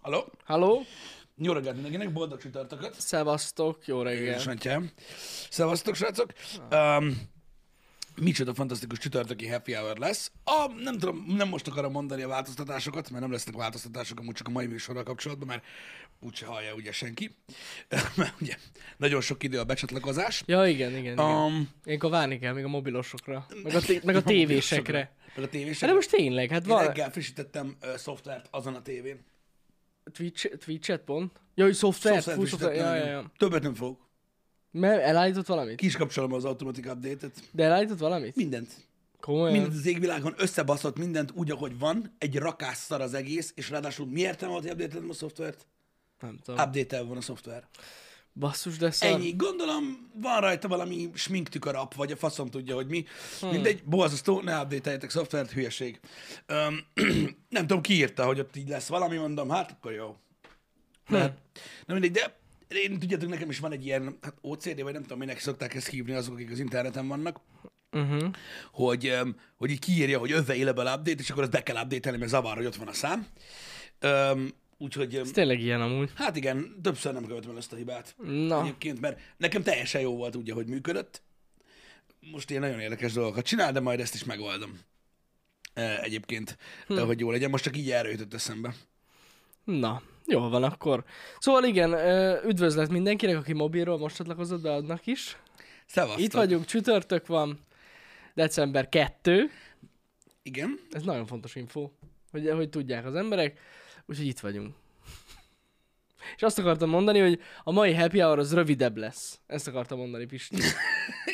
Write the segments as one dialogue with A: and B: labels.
A: Halló?
B: Halló?
A: Jó reggelt mindenkinek, boldog csütörtököt.
B: Szevasztok, jó reggel.
A: Édesanyám. Szevasztok, srácok. Um, micsoda fantasztikus csütörtöki happy hour lesz. A, nem tudom, nem most akarom mondani a változtatásokat, mert nem lesznek változtatások amúgy csak a mai műsorral kapcsolatban, mert úgyse hallja ugye senki. mert ugye nagyon sok idő a becsatlakozás.
B: Ja, igen, igen, igen.
A: Um,
B: Ilyenkor várni kell még a mobilosokra, meg a, té- meg a tévésekre.
A: Meg a
B: Hát de
A: tévésekre.
B: most tényleg, hát
A: Én
B: van
A: reggel frissítettem ö, szoftvert azon a tévén.
B: Twitch, Twitch-et pont? Jaj, szoftver,
A: Szoftvert
B: fú, szoftver, ja, ja,
A: frissítettem.
B: ja.
A: igen. Többet nem fogok.
B: Mert elállított valamit?
A: Ki is kapcsolom az automatic update-et.
B: De elállított valamit?
A: Mindent.
B: Komolyan?
A: Mindent az égvilágon összebaszott mindent úgy, ahogy van, egy rakásszar az egész, és ráadásul miért nem volt update a szoftvert?
B: Nem tudom.
A: update van a szoftver.
B: Basszus, de szar.
A: Ennyi. Gondolom van rajta valami sminktükör app, vagy a faszom tudja, hogy mi. Mindegy, bohazasztó, ne update szoftvert, hülyeség. Öm, nem tudom, ki írta, hogy ott így lesz valami, mondom, hát akkor jó. Mert, nem mindegy, de én tudjátok, nekem is van egy ilyen hát OCD, vagy nem tudom, minek szokták ezt hívni azok, akik az interneten vannak,
B: Uh-huh.
A: hogy, öm, hogy így kiírja, hogy öve élebel update, és akkor azt be kell update mert zavar, hogy ott van a szám. Öm, úgyhogy, öm,
B: Ez tényleg ilyen amúgy.
A: hát igen, többször nem követem el ezt a hibát.
B: Na,
A: Egyébként, mert nekem teljesen jó volt úgy, ahogy működött. Most én nagyon érdekes dolgokat csinál, de majd ezt is megoldom. E, Egyébként, hm. hogy jó legyen. Most csak így erre jutott eszembe.
B: na. Jól van akkor. Szóval igen, ö, üdvözlet mindenkinek, aki mobilról most csatlakozott be adnak is.
A: Szevasztok.
B: Itt vagyunk, csütörtök van, december 2.
A: Igen.
B: Ez nagyon fontos info, hogy, hogy tudják az emberek, úgyhogy itt vagyunk. És azt akartam mondani, hogy a mai happy hour az rövidebb lesz. Ezt akartam mondani, Pisti.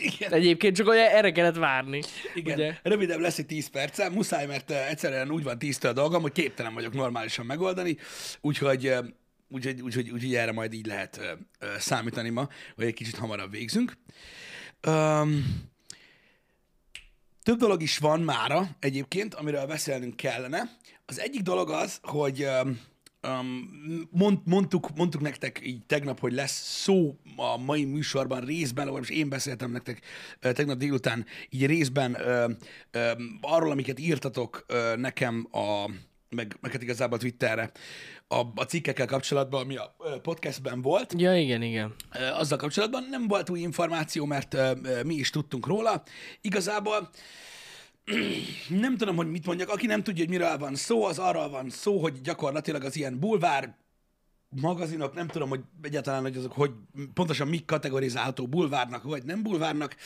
A: Igen.
B: Egyébként csak olyan erre kellett várni.
A: Igen,
B: Ugye?
A: Ugye? rövidebb lesz egy 10 percem, muszáj, mert eh, egyszerűen úgy van 10 a dolgom, hogy képtelen vagyok normálisan megoldani, úgyhogy, eh, úgyhogy, úgyhogy, úgyhogy erre majd így lehet eh, eh, számítani ma, hogy egy kicsit hamarabb végzünk. Um, több dolog is van mára egyébként, amiről beszélnünk kellene. Az egyik dolog az, hogy um, mond, mondtuk, mondtuk nektek így tegnap, hogy lesz szó a mai műsorban részben, vagy most én beszéltem nektek ö, tegnap délután így részben ö, ö, arról, amiket írtatok ö, nekem a meg, meg hát igazából Twitterre a, a cikkekkel kapcsolatban, ami a ö, podcastben volt.
B: Ja, igen, igen.
A: Ö, azzal kapcsolatban. Nem volt új információ, mert ö, ö, mi is tudtunk róla. Igazából nem tudom, hogy mit mondjak. Aki nem tudja, hogy miről van szó, az arról van szó, hogy gyakorlatilag az ilyen bulvár magazinok, nem tudom, hogy egyáltalán, hogy azok, hogy pontosan mik kategorizálható bulvárnak, vagy nem bulvárnak.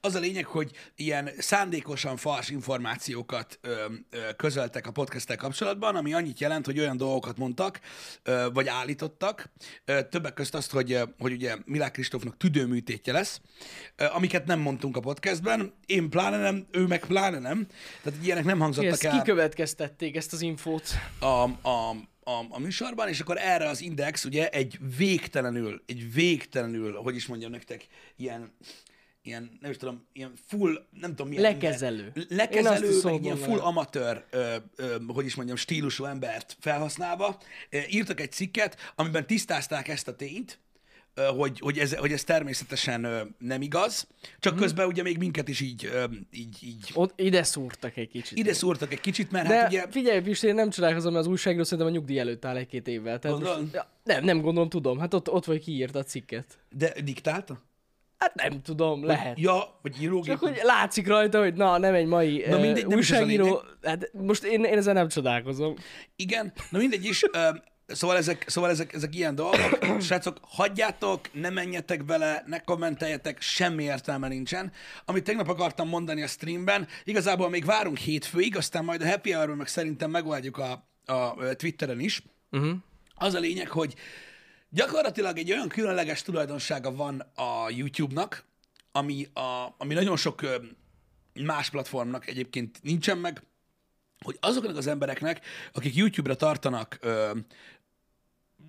A: Az a lényeg, hogy ilyen szándékosan fals információkat ö, ö, közöltek a podcasttel kapcsolatban, ami annyit jelent, hogy olyan dolgokat mondtak, ö, vagy állítottak, ö, többek közt azt, hogy, ö, hogy ugye Milák Kristófnak tüdőműtétje lesz, ö, amiket nem mondtunk a podcastben, én pláne nem, ő meg pláne nem, tehát ilyenek nem hangzottak
B: Ezt
A: el
B: kikövetkeztették, ezt az infót.
A: a, a, a, a műsorban, és akkor erre az Index ugye egy végtelenül, egy végtelenül, hogy is mondjam nektek, ilyen, ilyen nem is tudom, ilyen full, nem tudom milyen.
B: Lekezelő.
A: Minden,
B: Én azt
A: lekezelő,
B: is
A: meg
B: szóval
A: ilyen full
B: mondanám.
A: amatőr, ö, ö, hogy is mondjam, stílusú embert felhasználva, ö, írtak egy cikket, amiben tisztázták ezt a tényt, ö, hogy, hogy, ez, hogy ez természetesen ö, nem igaz, csak
B: Mhm.
A: közben ugye még minket is így, ö, így, így
B: Ott ide szúrtak egy kicsit.
A: ide szúrtak egy kicsit, mert
B: De
A: hát ugye...
B: figyelj, Pisti, én nem csodálkozom, mert az újságról szerintem a nyugdíj előtt áll egy-két évvel. Tehát
A: Gondolod?
B: most, ja, nem, nem gondolom, tudom. Hát ott, ott vagy kiírta a cikket.
A: De diktálta?
B: Hát nem tudom, lehet.
A: Ja, vagy írógép.
B: Csak hogy látszik rajta, hogy na, nem egy mai na,
A: mindegy,
B: mindegy,
A: nem
B: uh,
A: is ez a Hát
B: újságíró. Hát most én, én ezen nem csodálkozom.
A: Igen, na mindegy is. Ö, szóval ezek, szóval ezek, ezek ilyen dolgok. Srácok, hagyjátok, ne menjetek bele, ne kommenteljetek, semmi értelme nincsen. Amit tegnap akartam mondani a streamben, igazából még várunk hétfőig, aztán majd a happy hour meg szerintem megoldjuk a, a ö, Twitteren is.
B: Uh-huh.
A: Az a lényeg, hogy gyakorlatilag egy olyan különleges tulajdonsága van a YouTube-nak, ami, a, ami nagyon sok ö, más platformnak egyébként nincsen meg, hogy azoknak az embereknek, akik YouTube-ra tartanak, ö,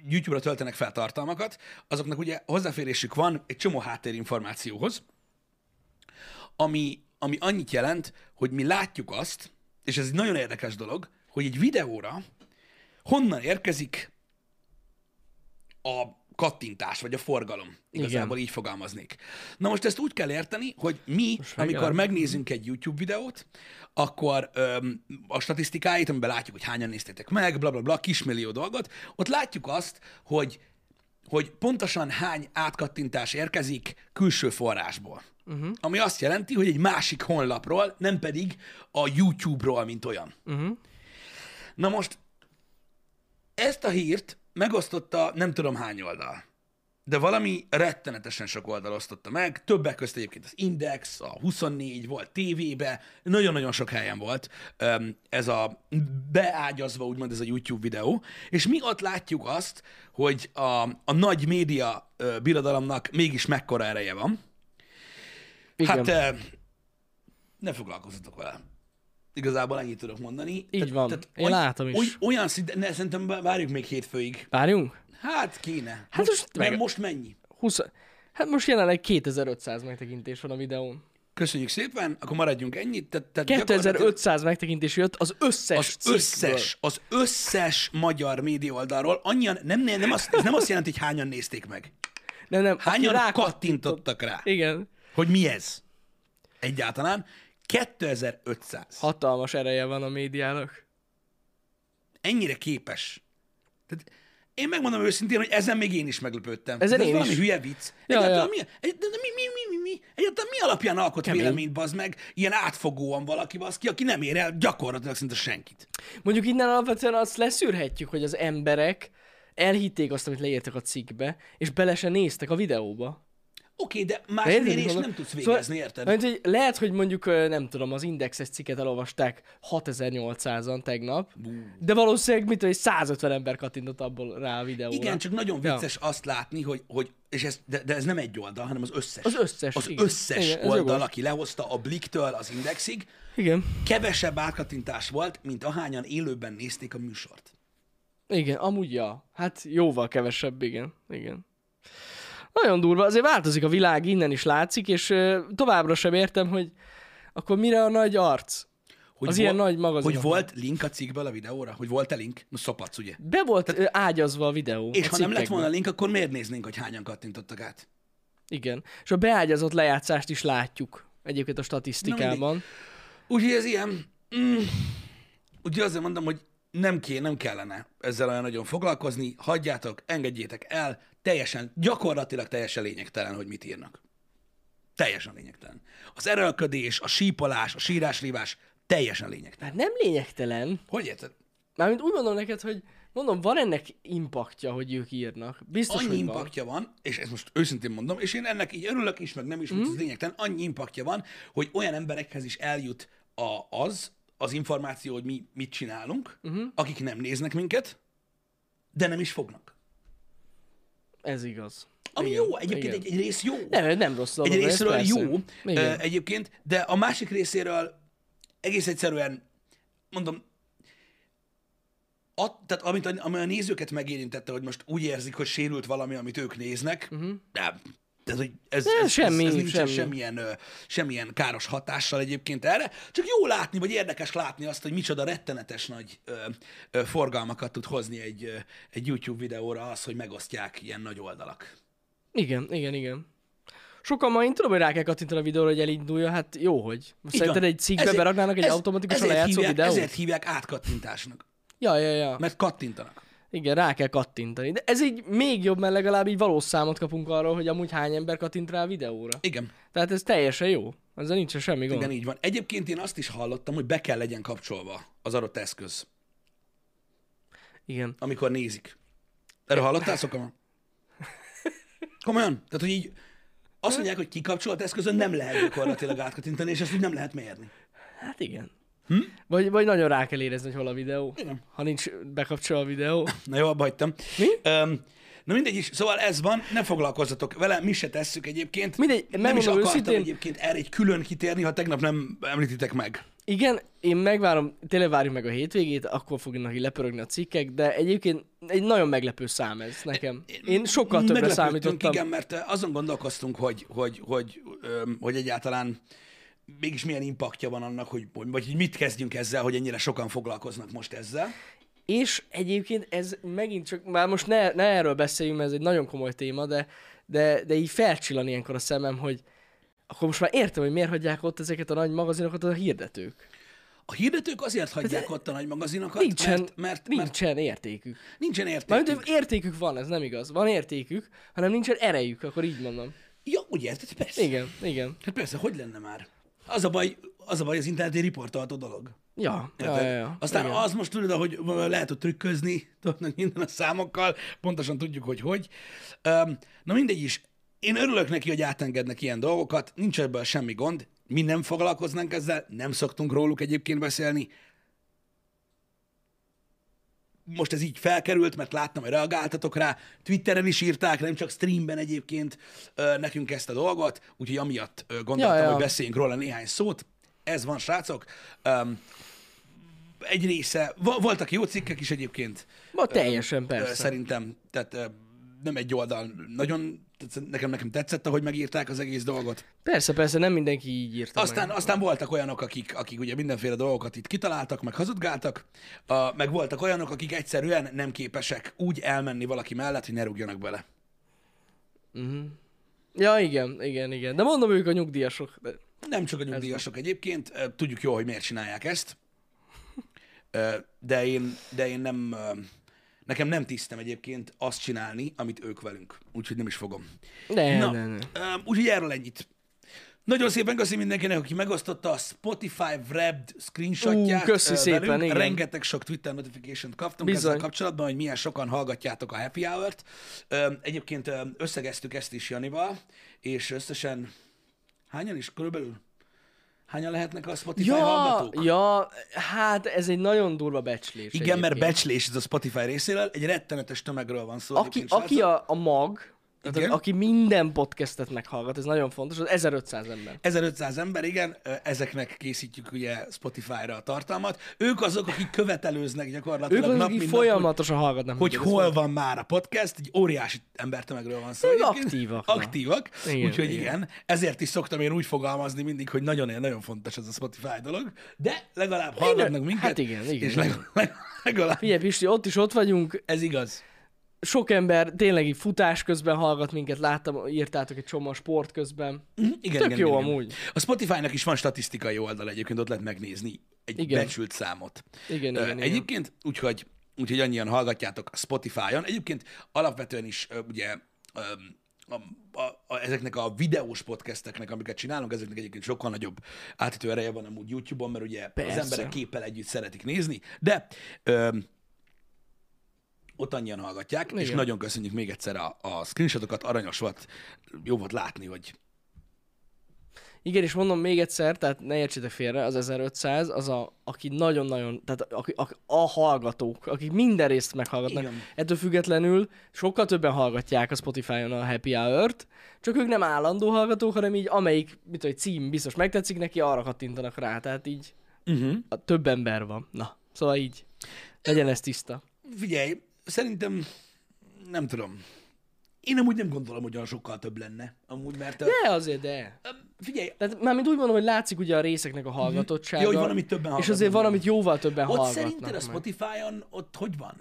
A: YouTube-ra töltenek fel tartalmakat, azoknak ugye hozzáférésük van egy csomó háttérinformációhoz, ami, ami annyit jelent, hogy mi látjuk azt, és ez egy nagyon érdekes dolog, hogy egy videóra honnan érkezik a kattintás, vagy a forgalom. Igazából Igen. így fogalmaznék. Na most ezt úgy kell érteni, hogy mi, most amikor
B: megjelent.
A: megnézünk egy YouTube videót, akkor öm, a statisztikáit, amiben látjuk, hogy hányan néztétek meg, bla bla bla, kismillió dolgot, ott látjuk azt, hogy hogy pontosan hány átkattintás érkezik külső forrásból. Uh-huh. Ami azt jelenti, hogy egy másik honlapról, nem pedig a YouTube-ról, mint olyan. Uh-huh. Na most ezt a hírt megosztotta nem tudom hány oldal. De valami rettenetesen sok oldal osztotta meg, többek között egyébként az Index, a 24 volt tévébe, nagyon-nagyon sok helyen volt öm, ez a beágyazva úgymond ez a YouTube videó, és mi ott látjuk azt, hogy a, a nagy média ö, birodalomnak mégis mekkora ereje van.
B: Igen.
A: Hát ö, ne foglalkozzatok vele. Igazából ennyit tudok mondani. Így
B: van. Én látom is.
A: Olyan szinten, ne, szerintem várjuk még hétfőig.
B: Várjunk?
A: Hát kéne.
B: Hát most
A: mert
B: meg-
A: most mennyi?
B: 20... Hát most jelenleg 2500 megtekintés van a videón.
A: Köszönjük szépen, akkor maradjunk ennyit. Tehát, tehát gyakorlatilag
B: 2500 megtekintés jött az összes
A: az
B: cikkből.
A: összes, az összes magyar média oldalról, annyian, nem, nem, nem azt, ez nem azt jelenti, hogy hányan nézték meg.
B: Nem, nem. aki
A: Hányan
B: rákattintott-
A: kattintottak rá,
B: Igen.
A: hogy mi ez egyáltalán. 2500.
B: Hatalmas ereje van a médiának.
A: Ennyire képes. Tehát én megmondom őszintén, hogy ezen még én is meglepődtem.
B: Ezen
A: Tehát ez
B: én
A: valami
B: is.
A: hülye vicc.
B: Ja,
A: Egyáltalán
B: ja.
A: Mi, egy- de mi, mi, mi, mi, mi, egyáltalán mi alapján alkot
B: Kemény.
A: véleményt, bazd meg, ilyen átfogóan valaki, bazd ki, aki nem ér el gyakorlatilag szinte senkit.
B: Mondjuk innen alapvetően azt leszűrhetjük, hogy az emberek elhitték azt, amit leírtak a cikkbe, és bele se néztek a videóba.
A: Oké, de
B: Ha
A: más
B: érted, szóval
A: mérés
B: mit
A: nem
B: mondok?
A: tudsz végezni, érted?
B: Mert, hogy lehet, hogy mondjuk, ö, nem tudom, az indexes cikket elolvasták 6800-an tegnap, de valószínűleg, mit tudom, egy 150 ember kattintott abból rá a videóra.
A: Igen, csak nagyon vicces azt látni, hogy, hogy és ez, de, de ez nem egy oldal, hanem az összes.
B: Az összes,
A: Az
B: igen.
A: összes
B: Igen, ez
A: oldal,
B: jogos.
A: aki lehozta a Bliktől az Indexig,
B: Igen.
A: kevesebb átkattintás volt, mint ahányan élőben nézték a műsort.
B: Igen, amúgy ja. Hát jóval kevesebb, igen. Igen. Nagyon durva, azért változik a világ, innen is látszik, és ö, továbbra sem értem, hogy akkor mire a nagy arc?
A: Hogy
B: Az ilyen nagy magazinok.
A: Hogy volt link a cikkből a videóra? Hogy volt-e link? Most szopatsz, ugye?
B: Be volt ö, ágyazva a videó.
A: És
B: a
A: ha nem lett
B: cikkekben.
A: volna link, akkor miért néznénk, hogy hányan kattintottak át?
B: Igen. És a beágyazott lejátszást is látjuk egyébként a statisztikában.
A: Úgyhogy ez ilyen... Mm, ugye azért mondom, hogy nem ké, nem kellene ezzel olyan nagyon foglalkozni, hagyjátok, engedjétek el, teljesen, gyakorlatilag teljesen lényegtelen, hogy mit írnak. Teljesen lényegtelen. Az erőlködés, a sípolás, a sírás-rívás, teljesen lényegtelen.
B: Hát nem lényegtelen.
A: Hogy érted?
B: Mármint úgy mondom neked, hogy mondom, van ennek impaktja, hogy ők írnak. Biztos,
A: annyi
B: hogy
A: impaktja van. és ezt most őszintén mondom, és én ennek így örülök is, meg nem is, mm. ez lényegtelen, annyi impaktja van, hogy olyan emberekhez is eljut a, az, az információ, hogy mi mit csinálunk,
B: Mhm.
A: mm-hmm. akik nem néznek minket, de nem is fognak.
B: van. Ez igaz.
A: Ami
B: Igen,
A: jó, egyébként
B: igen.
A: egy, egy rész jó.
B: Nem, nem rossz dolog.
A: egy
B: Szóval ez
A: részről
B: persze.
A: jó
B: Igen.
A: ö, egyébként, de a másik részéről egész egyszerűen, mondom, At, tehát amit a, ami a nézőket megérintette, hogy most úgy érzik, hogy sérült valami, amit ők néznek, uh-huh. nem. Tehát, hogy ez, ez,
B: Mhm. semmi,
A: ez, ez nincsen
B: semmi.
A: Semmilyen, ö, semmilyen káros hatással egyébként erre, csak jó látni, vagy érdekes látni azt, hogy micsoda rettenetes nagy ö, ö, forgalmakat tud hozni egy, ö, egy YouTube videóra az, hogy megosztják ilyen nagy oldalak.
B: Igen, igen, igen. Sokan ma én tudom, hogy rá kell kattintani a videóra, hogy elindulja, hát jó, hogy. Most
A: Így van.
B: szerinted egy cikkbe
A: Ezért-
B: beraknának egy automatikusan
A: ezért
B: lejátszó
A: hívják,
B: videót?
A: Ezért hívják átkattintásnak,
B: Ja, ja, ja.
A: mert kattintanak.
B: Igen, rá kell kattintani. De ez így még jobb, mert legalább így valós számot kapunk arról, hogy amúgy hány ember kattint rá a videóra.
A: Igen,
B: Tehát ez teljesen jó. Ezzel nincsen semmi gond.
A: igen, így van. Egyébként én azt is hallottam, hogy be kell legyen kapcsolva az adott eszköz,
B: Igen.
A: amikor nézik. Erről hallottál szokam? Komolyan? Tehát, hogy így azt mondják, hogy kikapcsolt eszközön nem lehet gyakorlatilag átkattintani, és ezt úgy nem lehet mérni.
B: Hát igen. Hm? Vagy, vagy nagyon rá kell érezni, hogy hol a videó.
A: Igen.
B: Ha nincs bekapcsolva a videó.
A: Na jó, abba hagytam.
B: Mi?
A: Öm, na mindegy is, szóval ez van, ne foglalkozzatok vele, mi se tesszük egyébként.
B: Mindegy,
A: nem is
B: megmondom
A: akartam
B: őszintén-
A: egyébként erre egy külön kitérni, ha tegnap nem említitek meg.
B: Igen, én megvárom, tényleg várjuk meg a hétvégét, akkor fognak így lepörögni a cikkek, de egyébként egy nagyon meglepő szám ez nekem. Én sokkal többre
A: Meglepődtünk,
B: számítottam.
A: Igen, mert ö, azon gondolkoztunk, hogy, hogy, hogy, öm, hogy egyáltalán mégis milyen impaktja van annak, hogy, hogy- vagy hogy mit kezdjünk ezzel, hogy ennyire sokan foglalkoznak most ezzel.
B: És egyébként ez megint csak, már most ne, ne erről beszéljünk, mert ez egy nagyon komoly téma, de, de, de így felcsillan ilyenkor a szemem, hogy akkor most már értem, hogy miért hagyják ott ezeket a nagy magazinokat a hirdetők.
A: Hát, A hirdetők azért hagyják ott a nagy magazinokat,
B: Nincsen,
A: mert, mert, mert
B: nincsen értékük.
A: nincsen
B: Mármint,
A: értékük.
B: hogy értékük van, ez nem igaz. Van értékük, hanem nincsen erejük, akkor így mondom.
A: Ja, úgy érted, persze.
B: Igen, igen.
A: Hát persze, hogy lenne már? Az a baj, az a baj az interneti riportolható dolog.
B: Ja, ja,
A: Érted?
B: ja, ja.
A: eh, Aztán
B: igen.
A: igen. az most tudod, hogy lehet ott trükközni, tudod, minden a számokkal, pontosan tudjuk, hogy hogy. Um, na mindegy is, én örülök neki, hogy átengednek ilyen dolgokat, nincs ebből semmi gond, mi nem foglalkoznánk ezzel, nem szoktunk róluk egyébként beszélni. Most ez így felkerült, mert láttam, hogy reagáltatok rá, Twitteren is írták, nem csak streamben egyébként ö, nekünk ezt a dolgot, úgyhogy amiatt ö, gondoltam,
B: Ja,
A: ja,
B: ja.
A: ja. hogy beszéljünk róla néhány szót. Ez van, srácok. Um, egy része, vo- voltak jó cikkek is egyébként,
B: Ma teljesen
A: Persze.
B: persze.
A: szerintem, tehát ö, nem egy oldal, nagyon, tehát nekem, nekem tetszett, ahogy megírták az egész dolgot.
B: Persze, persze, nem mindenki így írta
A: Aztán, aztán voltak olyanok, akik, akik ugye mindenféle dolgokat itt kitaláltak, meg hazudgáltak, a, meg voltak olyanok, akik egyszerűen nem képesek úgy elmenni valaki mellett, hogy ne rúgjanak bele.
B: meg. Ja, igen, igen, igen. De mondom, ők a nyugdíjasok. De...
A: Nem csak a nyugdíjasok egyébként, ö, tudjuk jól, hogy miért csinálják ezt, Ö, de én, de én nem, ö, nekem nem tisztem egyébként azt csinálni, amit ők velünk, úgyhogy nem is fogom.
B: Ne,
A: Na,
B: ne, ne.
A: öm, úgyhogy erről ennyit. Nagyon szépen köszi mindenkinek, aki megosztotta a Spotify Wrapped screenshotját.
B: Ú, köszi
A: ö,
B: szépen,
A: velünk.
B: igen.
A: Rengeteg sok Twitter notification-t kaptunk
B: Bizony.
A: ezzel kapcsolatban, hogy milyen sokan hallgatjátok a Happy Hour-t. Öm, Egyébként öm, összegeztük ezt is Janival, és összesen hányan is körülbelül? Hányan lehetnek a Spotify
B: Ja,
A: hallgatók?
B: ja, hát ez egy nagyon durva becslés.
A: Igen, mert
B: egyébként.
A: becslés ez a Spotify részéről, egy rettenetes tömegről van szó.
B: Aki,
A: egyébként,
B: aki
A: srácok.
B: a, a mag, tehát
A: hát- Igen.
B: az, aki minden podcastet meghallgat, ez nagyon fontos, az 1500 ember.
A: 1500 ember, igen, ö, ezeknek készítjük ugye Spotify-ra a tartalmat. Ők azok, akik követelőznek
B: Ők
A: gyakorlatilag
B: azok,
A: nap,
B: akik
A: mint nap,
B: folyamatosan hallgatnak.
A: hogy,
B: minket,
A: hogy
B: ez
A: hol van már a podcast, egy óriási embertömegről van szó.
B: Ők
A: egyébként.
B: aktívak, na.
A: Aktívak,
B: Igen,
A: úgyhogy
B: igen.
A: igen. igen. Ezért is szoktam én úgy fogalmazni mindig, hogy nagyon-nagyon fontos ez a Spotify dolog, de legalább hallgatnak minket.
B: hát igen, igen,
A: És
B: igen.
A: legalább, legalább
B: Figyelj, Pisti, ott is ott vagyunk.
A: ez igaz.
B: Sok ember tényleg így futás közben hallgat minket, láttam, írtátok egy csomó sport közben.
A: Mhm, Igen,
B: Tök
A: igen,
B: jó
A: igen,
B: amúgy.
A: Igen. A Spotify-nak is van statisztikai oldal egyébként, ott lehet megnézni egy
B: Igen.
A: igen. becsült számot.
B: Igen,
A: Ö,
B: igen, igen.
A: Egyébként, úgyhogy, úgyhogy annyian hallgatjátok a Spotify-on. Egyébként alapvetően is ö, ugye öm, a, a, a, ezeknek a videós podcasteknek, amiket csinálunk, ezeknek egyébként sokkal nagyobb átütő ereje van amúgy YouTube-on, mert ugye
B: Persze.
A: az emberek képpel együtt szeretik nézni, de öm, ott annyian hallgatják, Igen. és
B: Igen.
A: nagyon köszönjük még egyszer a, a screenshotokat, aranyos volt, jó volt látni, hogy
B: Igen, és mondom még egyszer, tehát ne értsétek félre, az 1500, az a, aki nagyon-nagyon, tehát a, a, a hallgatók, akik minden részt meghallgatnak.
A: Igen.
B: Ettől függetlenül sokkal többen hallgatják a Spotify-on a Happy Hour-t, csak ők nem állandó hallgatók, hanem így amelyik, mit tudom, egy cím biztos megtetszik neki, arra kattintanak rá, tehát így
A: uh-huh.
B: a több ember van. Na, szóval így, legyen ez tiszta.
A: figyelj, szerintem nem tudom. Én amúgy nem gondolom, hogy olyan sokkal több lenne. Amúgy, mert... ö,
B: De azért, de.
A: Ö, Figyelj,
B: Tehát mármint úgy mondom, hogy látszik ugye a részeknek a hallgatottsága.
A: Jó, hogy van, amit Mhm. többen
B: És
A: hallgatnak.
B: azért van, amit jóval többen
A: ott
B: hallgatnak.
A: szerinted a
B: meg.
A: Spotify-on ott hogy van?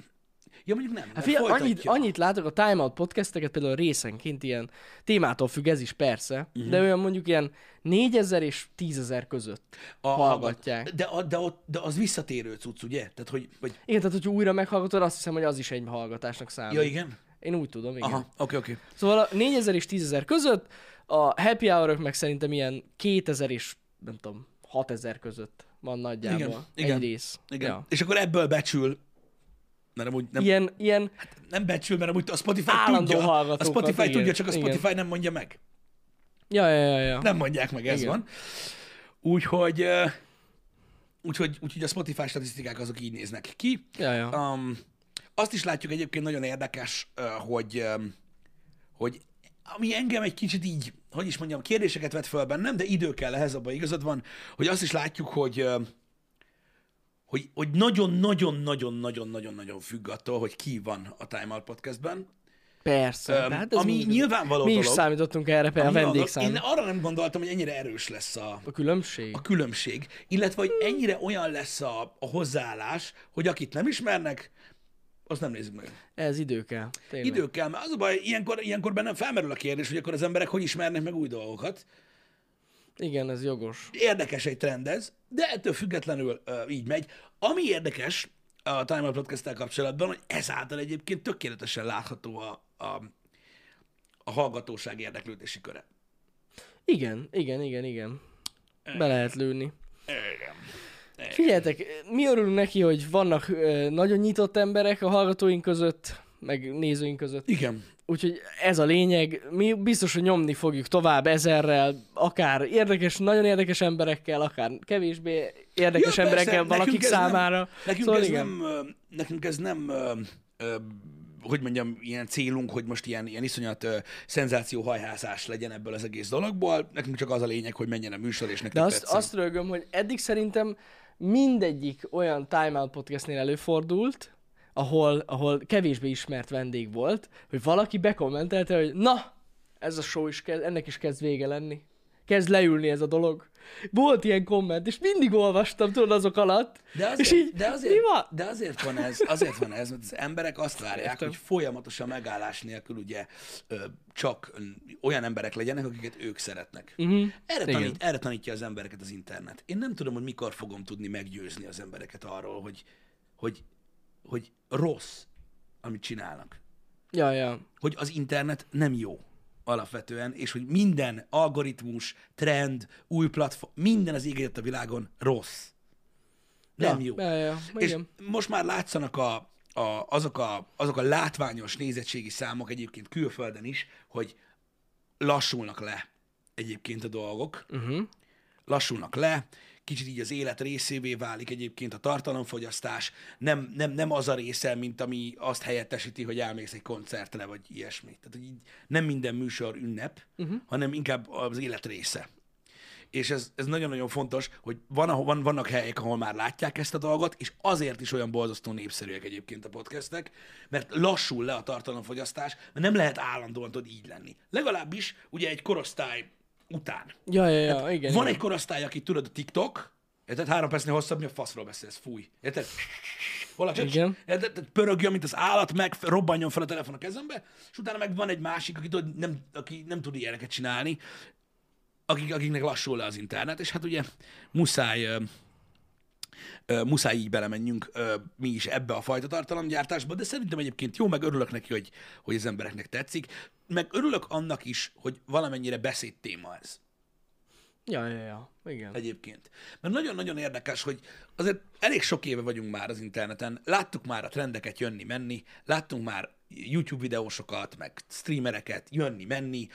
A: Ja, mondjuk nem.
B: Hát
A: Hát
B: figyelj, annyit, annyit látok a Time Out podcasteket, például részenként ilyen témától függ ez is persze,
A: Mhm.
B: uh-huh. de olyan mondjuk ilyen 4000 és 10000 között
A: a,
B: hallgatják. Hát
A: De, a, de, ott, de az visszatérő cucc, ugye? Tehát, hogy... Vagy,
B: Igen, tehát hogyha újra meghallgatod, azt hiszem, hogy az is egy hallgatásnak számít.
A: ja, igen?
B: Én úgy tudom, igen.
A: Aha,
B: Aha.
A: oké, okay, oké. Okay.
B: Szóval a 4000 és 10000 között, a happy hour meg szerintem ilyen 2000 és nem tudom, 6000 között van nagyjából
A: Igen,
B: egy
A: igen,
B: rész.
A: Igen.
B: Ja.
A: Ja. És akkor ebből becsül, mert amúgy nem,
B: Ilyen, ilyen,
A: nem becsül, mert amúgy a Spotify
B: Állandó
A: tudja. A
B: hallgatókat,
A: Spotify
B: igen,
A: tudja, csak a
B: igen.
A: Spotify nem mondja meg.
B: ja, ja, ja, ja.
A: Nem mondják meg, ez
B: Igen.
A: Igen. van. Úgyhogy, ö, úgyhogy, úgyhogy a Spotify statisztikák azok így néznek ki.
B: ja, ja.
A: Um, azt is látjuk egyébként nagyon érdekes, ö, hogy, öm, hogy ami engem egy kicsit így, hogy is mondjam, kérdéseket vet föl bennem, de idő kell ehhez, abban igazad van, hogy azt is látjuk, hogy öm, hogy, hogy nagyon-nagyon-nagyon-nagyon-nagyon-nagyon függ attól, hogy ki van a Time Out Podcastben,
B: Persze. de
A: Öm,
B: hát ez
A: ami
B: mindig-
A: nyilvánvaló
B: Mi is
A: dolog.
B: számítottunk erre,
A: Ami
B: például a
A: nyilvánvaló- Én
B: vendégszám.
A: arra nem gondoltam, hogy ennyire erős lesz a,
B: A különbség?
A: a különbség, illetve hogy ennyire olyan lesz a, a hozzáállás, hogy akit nem ismernek, azt nem nézzük meg.
B: Ez idő kell. Tényleg.
A: Idő kell, mert az a baj, ilyenkor, ilyenkor bennem felmerül a kérdés, hogy akkor az emberek hogy ismernek meg új dolgokat.
B: Igen, ez jogos.
A: Érdekes egy trend ez, de ettől függetlenül uh, így megy. Ami érdekes a Time Out podcast kapcsolatban, hogy ezáltal egyébként tökéletesen látható a, a, a hallgatóság érdeklődési köre.
B: Igen, igen, igen, igen. Be lehet lőni.
A: Igen.
B: Figyeljetek, mi örülünk neki, hogy vannak ö, nagyon nyitott emberek a hallgatóink között, meg nézőink között.
A: Igen.
B: Úgyhogy ez a lényeg. Mi biztos, hogy nyomni fogjuk tovább ezerrel, akár érdekes, nagyon érdekes emberekkel, akár kevésbé érdekes
A: Ja, persze,
B: emberekkel valakik
A: nekünk ez nem-
B: számára.
A: Nekünk,
B: Szóval
A: ez
B: igen.
A: nem, ö, nekünk ez nem, ö, ö, hogy mondjam, ilyen célunk, hogy most ilyen, ilyen iszonyat ö, szenzációhajhászás legyen ebből az egész dologból. Nekünk csak az a lényeg, hogy menjen a műsor, és nekünk
B: De azt,
A: tetszen.
B: azt rögöm, hogy eddig szerintem mindegyik olyan Time Out podcastnél előfordult, ahol, ahol kevésbé ismert vendég volt, hogy valaki bekommentelte, hogy na, ez a show is kezd, ennek is kezd vége lenni. Kezd leülni ez a dolog. Volt ilyen komment, és mindig olvastam, tudod, azok alatt.
A: De
B: és
A: azért,
B: így,
A: de, azért,
B: mi van?
A: de azért van ez, azért van ez, mert az emberek azt várják,
B: Értem.
A: hogy folyamatosan megállás nélkül ugye ö, csak olyan emberek legyenek, akiket ők szeretnek. Uh-huh. Erre,
B: Mhm. Igen.
A: tanít, erre tanítja az embereket az internet. Én nem tudom, hogy mikor fogom tudni meggyőzni az embereket arról, hogy, hogy, hogy rossz, amit csinálnak
B: Ja, ja.
A: hogy az internet nem jó alapvetően, és hogy minden algoritmus, trend, új platform, minden az égett a világon rossz. Nem
B: Ja,
A: jó.
B: ja, ja,
A: és
B: igen.
A: most már látszanak a, a, azok, a, azok a látványos nézettségi számok egyébként külföldön is, hogy lassulnak le egyébként a dolgok. Uh-huh. Lassulnak le, kicsit így az élet részévé válik egyébként a tartalomfogyasztás, nem, nem, nem az a része, mint ami azt helyettesíti, hogy elmész egy koncertre, vagy ilyesmi. Tehát hogy így nem minden műsor ünnep, uh-huh. hanem inkább az élet része. És ez, ez nagyon-nagyon fontos, hogy van, ahol, van, vannak helyek, ahol már látják ezt a dolgot, és azért is olyan borzasztó népszerűek egyébként a podcastek, mert lassul le a tartalomfogyasztás, mert nem lehet állandóan tudod így lenni. Legalábbis ugye egy korosztály után.
B: Ja, ja, ja, igen.
A: hát Van
B: igen.
A: egy korosztály, aki tudod a TikTok, érted? Három percnél hosszabb, mi a faszról beszélsz, fúj. Érted? Hol a csöcs?
B: Igen.
A: Érted? Tehát Pörögjön, mint az állat, meg robbanjon fel a telefon a kezembe, és utána meg van egy másik, aki, tudod, nem, aki nem tud ilyeneket csinálni, akik, akiknek lassul le az internet, és hát ugye muszáj, ö, ö, muszáj így belemenjünk ö, mi is ebbe a fajta tartalomgyártásba, de szerintem egyébként jó, meg örülök neki, hogy, hogy az embereknek tetszik, meg örülök annak is, hogy valamennyire beszéd téma ez
B: Ja, ja, ja, igen.
A: egyébként. Mert nagyon-nagyon érdekes, hogy azért elég sok éve vagyunk már az interneten, láttuk már a trendeket jönni, menni, láttunk már YouTube videósokat, meg streamereket jönni, menni.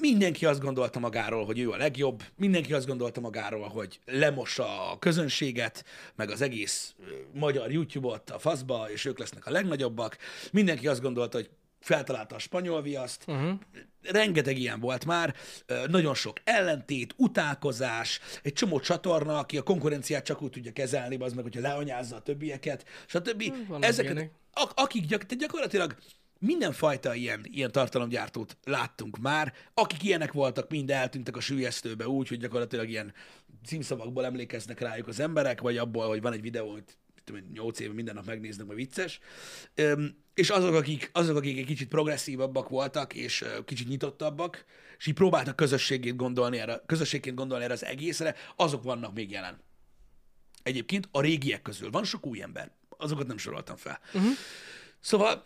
A: Mindenki azt gondolta magáról, hogy ő a legjobb, mindenki azt gondolta magáról, hogy lemossa a közönséget, meg az egész ö, magyar YouTube-ot a faszba, és ők lesznek a legnagyobbak. Mindenki azt gondolta, hogy feltalálta a spanyol viaszt,
B: Mhm.
A: uh-huh. rengeteg ilyen volt már, ö, nagyon sok ellentét, utálkozás, egy csomó csatorna, aki a konkurenciát csak úgy tudja kezelni, az meg, hogyha leanyázza a többieket, stb.
B: vannak
A: Ezeket,
B: ilyenek.
A: ak- akik gyak, tehát gyakorlatilag mindenfajta ilyen, ilyen tartalomgyártót láttunk már, akik ilyenek voltak, mind eltűntek a sűjesztőbe úgy, hogy gyakorlatilag ilyen címszavakból emlékeznek rájuk az emberek, vagy abból, hogy van egy videó, amit mit tudom én, nyolc éve minden nap megnéznek, mert vicces. Öm, és azok akik, azok, akik egy kicsit progresszívabbak voltak, és ö, kicsit nyitottabbak, és így próbáltak közösségét gondolni erre, közösségként gondolni erre az egészre, azok vannak még jelen. Egyébként a régiek közül van sok új ember, azokat nem soroltam fel. Uh-huh. Szóval,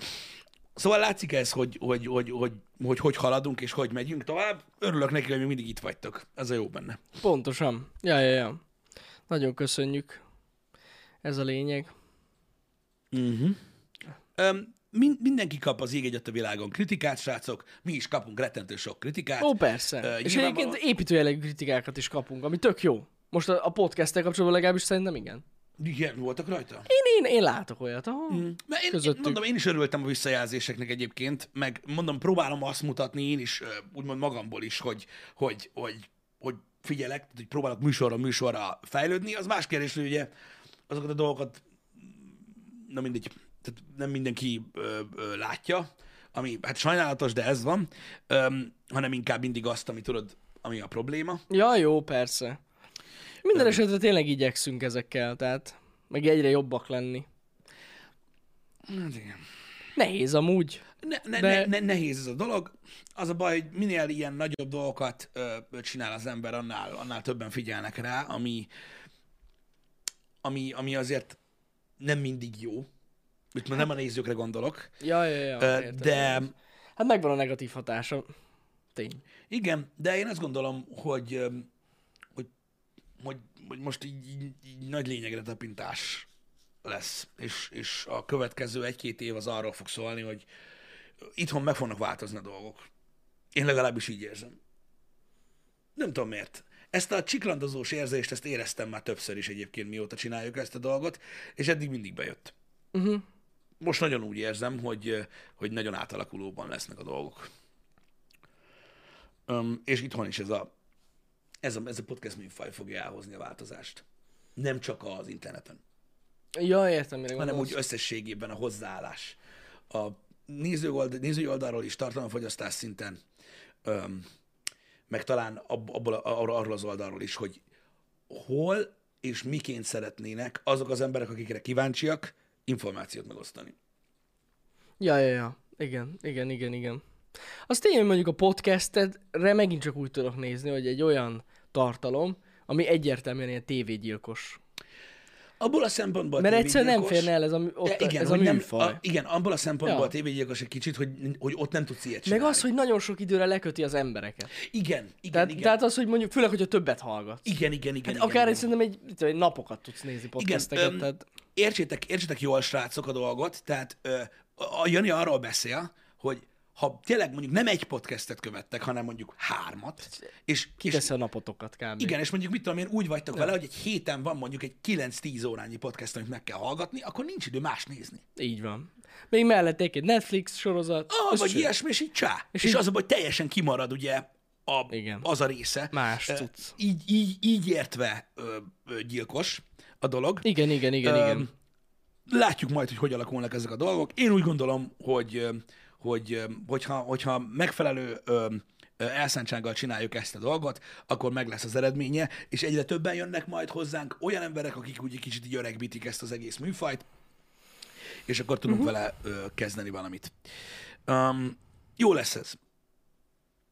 A: szóval látszik ez, hogy hogy, hogy, hogy, hogy hogy haladunk és hogy megyünk tovább. Örülök neki, hogy még mindig itt vagytok. Ez a jó benne.
B: Pontosan. Ja, ja, ja. Nagyon köszönjük. Ez a lényeg.
A: Öm, min- mindenki kap az ég egyet a világon kritikát, srácok. Mi is kapunk rettentő sok kritikát.
B: Ó, persze.
A: Ö,
B: és
A: nyilvánvalóan-
B: egyébként építőjellegű kritikákat is kapunk, ami tök jó. Most a, a podcasttel kapcsolatban legalábbis szerintem igen.
A: Igen, voltak rajta?
B: Én, én, én látok olyat, ahol... Mm.
A: Mert én, én
B: közöttük.
A: mondom, én is örültem a visszajelzéseknek egyébként, meg mondom, próbálom azt mutatni én is, ö, úgymond magamból is, hogy, hogy, hogy, hogy figyelek, tehát, hogy próbálok műsorra műsorra fejlődni. Az más kérdés, hogy ugye azokat a dolgokat, na mindegy, tehát nem mindenki ö, ö, látja, ami hát sajnálatos, de ez van, öm, hanem inkább mindig azt, ami tudod, ami a probléma.
B: Ja, jó, persze. Minden esetre tényleg igyekszünk ezekkel, tehát meg egyre jobbak lenni.
A: Hát igen.
B: Nehéz amúgy.
A: Ne, ne,
B: De-
A: de... ne, nehéz ez a dolog. Az a baj, hogy minél ilyen nagyobb dolgokat ö, ö, csinál az ember, annál, annál többen figyelnek rá, ami, ami, ami azért nem mindig jó. Itt már nem a nézőkre gondolok,
B: Ja, ja, ja.
A: ö,
B: értem.
A: de
B: Hát megvan a negatív hatása. Tény.
A: igen, de én azt gondolom, hogy, ö, hogy, hogy, hogy most így, így, így nagy lényegre tapintás lesz, és, és a következő egy-két év az arról fog szólni, hogy itthon meg fognak változni a dolgok. Én legalábbis így érzem. Nem tudom miért. Ezt a csiklandozós érzést, ezt éreztem már többször is egyébként, mióta csináljuk ezt a dolgot, és eddig mindig bejött.
B: Uh-huh.
A: Most nagyon úgy érzem, hogy, hogy nagyon átalakulóban lesznek a dolgok. Um, és itthon is ez a, ez a, ez a podcast műfaj fogja elhozni a változást. Nem csak az interneten
B: Ja, értem, mire
A: hanem
B: gondolsz.
A: úgy összességében a hozzáállás. A néző old- nézői oldalról is tartalomfogyasztás szinten, öm, meg talán ab- abból, a- arra- arról az oldalról is, hogy hol és miként szeretnének azok az emberek, akikre kíváncsiak, információt megosztani.
B: Ja, ja, ja. Igen, igen, igen, igen. Az tény, hogy mondjuk a podcastedre megint csak úgy tudok nézni, hogy egy olyan tartalom, ami egyértelműen ilyen tévégyilkos.
A: Abból a szempontból
B: Mert
A: TV
B: egyszerűen nem
A: gyilkos-
B: férne el ez a, mű-
A: de
B: ott, igen,
A: igen,
B: ez a
A: hogy nem,
B: műfaj.
A: a, igen, abból a szempontból
B: Ja.
A: ja. a tévégyilkos egy kicsit, hogy, hogy ott nem tudsz ilyet
B: Meg
A: csinálni.
B: az, hogy nagyon sok időre leköti az embereket.
A: Igen, igen,
B: Tehát,
A: igen.
B: tehát az, hogy mondjuk, főleg, hogyha többet hallgatsz.
A: igen, igen, igen,
B: Hát
A: igen,
B: akár
A: igen.
B: egy szerintem egy, mit tudom, egy napokat tudsz nézni podcasteket,
A: öm,
B: tehát
A: értsétek, értsétek jól, srácok, a dolgot, tehát ö, a Jani arról beszél, hogy ha tényleg mondjuk nem egy podcastet követtek, hanem mondjuk hármat, és, és
B: kiteszi a napotokat kb.
A: igen, és mondjuk mit tudom én, úgy vagytok vele, hogy egy héten van mondjuk egy 9-10 órányi podcast, amit meg kell hallgatni, akkor nincs idő más nézni.
B: Így van. Még mellett egy Netflix sorozat.
A: Ah,
B: az
A: vagy
B: cső.
A: ilyesmi, és így csá. És,
B: így-
A: és az a baj, teljesen kimarad ugye a,
B: Igen.
A: az a része.
B: Más
A: Ö,
B: cucc.
A: Így, így, így értve ö, ö, gyilkos a dolog.
B: Igen, igen, igen,
A: Öm,
B: igen.
A: látjuk majd, hogy hogy alakulnak ezek a dolgok. Én úgy gondolom, hogy, ö, hogy ö, hogyha, hogyha megfelelő ö, ö, elszántsággal csináljuk ezt a dolgot, akkor meg lesz az eredménye, és egyre többen jönnek majd hozzánk olyan emberek, akik úgy egy kicsit így öregbítik ezt az egész műfajt, és akkor tudunk uh-huh. vele ö, kezdeni valamit. Um, jó lesz ez.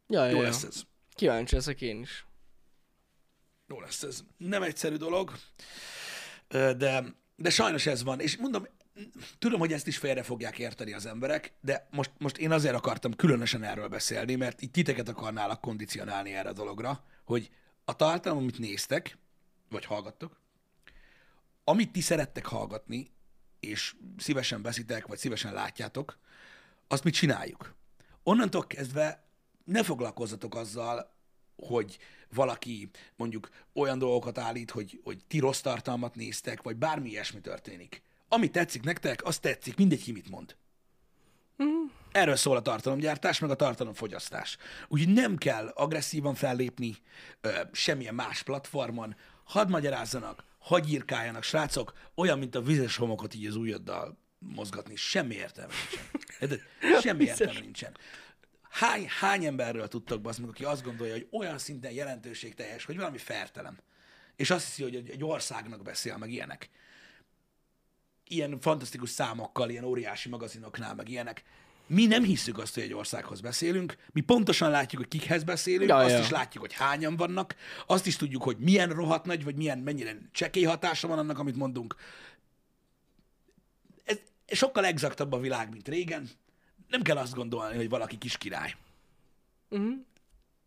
B: Ja, ja,
A: Jó
B: ja.
A: lesz ez.
B: Kíváncsi leszek én is.
A: Jó lesz ez. Nem egyszerű dolog, ö, de, de sajnos ez van. És mondom, tudom, hogy ezt is félre fogják érteni az emberek, de most, most én azért akartam különösen erről beszélni, mert itt titeket akarnálak kondicionálni erre a dologra, hogy a tartalom, amit néztek, vagy hallgattok, amit ti szerettek hallgatni, és szívesen veszitek, vagy szívesen látjátok, azt mi csináljuk. Onnantól kezdve ne foglalkozzatok azzal, hogy valaki mondjuk olyan dolgokat állít, hogy, hogy ti rossz tartalmat néztek, vagy bármi ilyesmi történik. Ami tetszik nektek, az tetszik, mindegy ki mit mond. Erről szól a tartalomgyártás, meg a tartalomfogyasztás. Úgyhogy nem kell agresszívan fellépni ö, semmilyen más platformon. Hadd magyarázzanak, hagy írkáljanak, srácok, olyan, mint a vizes homokot így az ujjaddal mozgatni. Semmi értelme nincsen. Érted? Semmi értelme nincsen. Hány, hány emberről tudtok bazd meg, aki azt gondolja, hogy olyan szinten jelentőségteljes, hogy valami fertelem. És azt hiszi, hogy egy- egy országnak beszél, meg ilyenek ilyen fantasztikus számokkal, ilyen óriási magazinoknál, meg ilyenek. Mi nem hiszük azt, hogy egy országhoz beszélünk, mi pontosan látjuk, hogy kikhez beszélünk,
B: Ja,
A: ja, azt
B: ja.
A: ja. is látjuk, hogy hányan vannak, azt is tudjuk, hogy milyen rohadt nagy, vagy milyen mennyire csekély hatása van annak, amit mondunk. Ez sokkal exaktabb a világ, mint régen. Nem kell azt gondolni, hogy valaki kis király.
B: Uh-huh.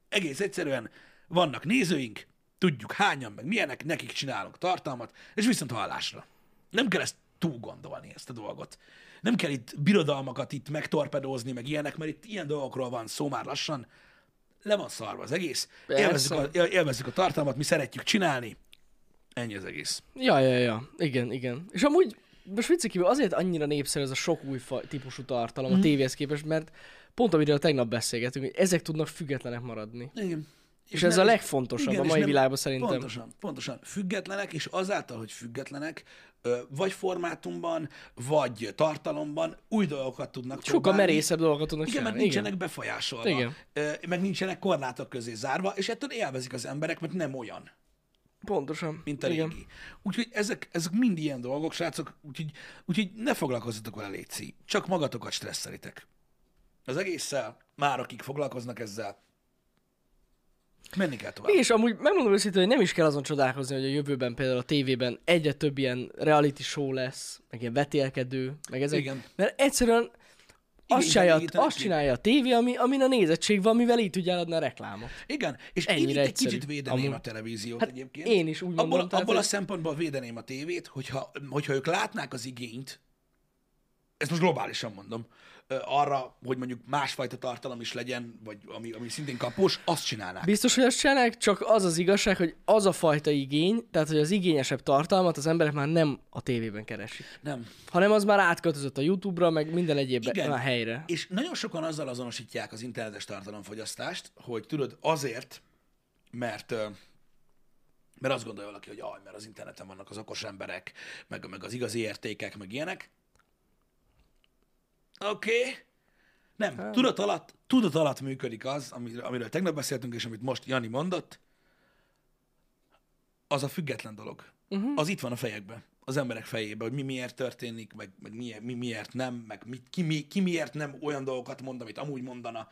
A: Egész egyszerűen vannak nézőink, tudjuk hányan, meg milyenek, nekik csinálunk tartalmat, és viszont hallásra. Nem kell ezt túl gondolni, ezt a dolgot. Nem kell itt birodalmakat itt megtorpedózni, meg ilyenek, mert itt ilyen dolgokról van szó már lassan. Le van szarva az egész.
B: Persze.
A: Élvezzük a, élvezzük a tartalmat, mi szeretjük csinálni. Ennyi az egész.
B: Ja, ja, ja. Igen, igen. És amúgy, most vicci kívül, azért annyira népszerű ez a sok új fa- típusú tartalom a
A: Mhm.
B: tévéhez képest, mert pont amiről tegnap beszélgetünk, hogy ezek tudnak függetlenek maradni.
A: Igen.
B: És ez
A: nem-
B: a legfontosabb a
A: és
B: mai
A: nem-
B: világban szerintem.
A: Pontosan, pontosan. Függetlenek, és azáltal, hogy függetlenek, ö, vagy formátumban, vagy tartalomban új dolgokat tudnak
B: Sokkal
A: próbálni.
B: merészebb dolgokat tudnak
A: Igen, mert
B: csinálni.
A: nincsenek befolyásolva,
B: Igen.
A: Ö, meg nincsenek korlátok közé zárva, és ettől élvezik az emberek, mert nem olyan,
B: Pontosan.
A: mint a
B: Igen.
A: régi. Úgyhogy ezek, ezek mind ilyen dolgok, srácok, úgyhogy, úgyhogy ne foglalkozzatok vele, Léci. Csak magatokat stresszelitek. Az egésszel, már akik foglalkoznak ezzel, menni kell tovább.
B: És amúgy megmondom őszintén, hogy nem is kell azon csodálkozni, hogy a jövőben például a tévében egyre több ilyen reality show lesz, meg ilyen vetélkedő, meg ezek.
A: Igen.
B: Mert egyszerűen azt, csinálja,
A: bemelegítenek
B: azt
A: ki.
B: csinálja a tévé, ami, amin a nézettség van, mivel így tudja eladni a reklámot.
A: Igen, és
B: Ennyire
A: én itt egy
B: egyszerű.
A: kicsit védeném
B: Amúgy.
A: a televíziót
B: Hát
A: egyébként.
B: én is úgy
A: abból,
B: mondom, tehát,
A: abból a
B: hogy-
A: szempontból védeném a tévét, hogyha, hogyha ők látnák az igényt, ezt most globálisan mondom, ö, arra, hogy mondjuk másfajta tartalom is legyen, vagy ami, ami szintén kapós, azt csinálnák.
B: Biztos, hogy azt csinálják, csak az az igazság, hogy az a fajta igény, tehát hogy az igényesebb tartalmat az emberek már nem a tévében keresik,
A: Nem.
B: hanem az már átköltözött a YouTube-ra, meg minden egyéb
A: Igen.
B: a helyre.
A: És nagyon sokan azzal azonosítják az internetes tartalomfogyasztást, hogy tudod, azért, mert ö, mert azt gondolja valaki, hogy aj, mert az interneten vannak az okos emberek, meg, meg az igazi értékek, meg ilyenek. Oké. Okay. Nem,
B: Hát.
A: tudat alatt, tudat alatt működik az, amiről, amiről tegnap beszéltünk, és amit most Jani mondott, az a független dolog.
B: Mhm.
A: Uh-huh. Az itt van a fejekben, az emberek fejében, hogy mi miért történik, meg, meg mi, mi miért nem, meg mit, ki, mi, ki miért nem olyan dolgokat mond, amit amúgy mondana,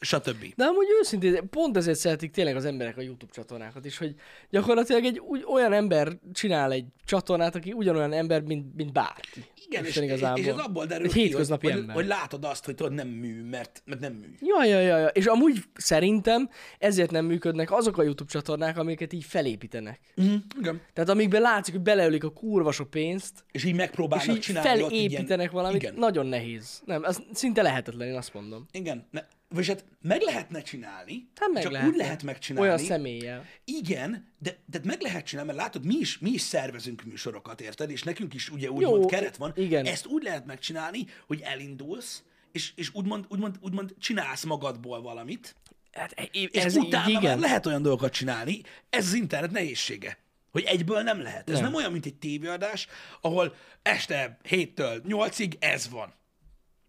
A: stb.
B: De amúgy őszintén, pont ezért szeretik tényleg az emberek a YouTube csatornákat is, hogy gyakorlatilag egy úgy, olyan ember csinál egy csatornát, aki ugyanolyan ember, mint, mint bárki.
A: Igen, és,
B: Isten
A: és, és ez abból derül
B: Egy
A: ki,
B: hétköznapi
A: hogy, hogy,
B: ember.
A: hogy látod azt, hogy tudod, nem mű, mert, mert nem mű.
B: Ja, ja, ja, ja, és amúgy szerintem ezért nem működnek azok a YouTube csatornák, amiket így felépítenek.
A: Uh-huh. Igen.
B: Tehát amikben látszik, hogy beleölik a kurva sok pénzt,
A: És így
B: és
A: megpróbálnak
B: így
A: csinálni. ott így ilyen-
B: felépítenek valamit,
A: Igen.
B: nagyon nehéz. Nem, ez szinte lehetetlen, én azt mondom.
A: Igen. Ne, vagyis hát meg lehetne csinálni,
B: Hát meg
A: csak
B: lehetne.
A: úgy lehet megcsinálni.
B: Olyan személlyel.
A: Igen, de, de meg lehet csinálni, mert látod, mi is, mi is szervezünk műsorokat, érted? És nekünk is ugye
B: Jó,
A: úgymond keret van.
B: igen.
A: Ezt úgy lehet megcsinálni, hogy elindulsz, és, és úgymond, úgymond, úgymond csinálsz magadból valamit,
B: Hát, e-
A: és
B: ez
A: ez
B: így,
A: utána már
B: igen.
A: lehet olyan dolgokat csinálni, ez az internet nehézsége. Hogy egyből nem lehet. Ez nem,
B: Nem.
A: nem olyan, mint egy tévéadás, ahol este 7-től 8-ig ez van.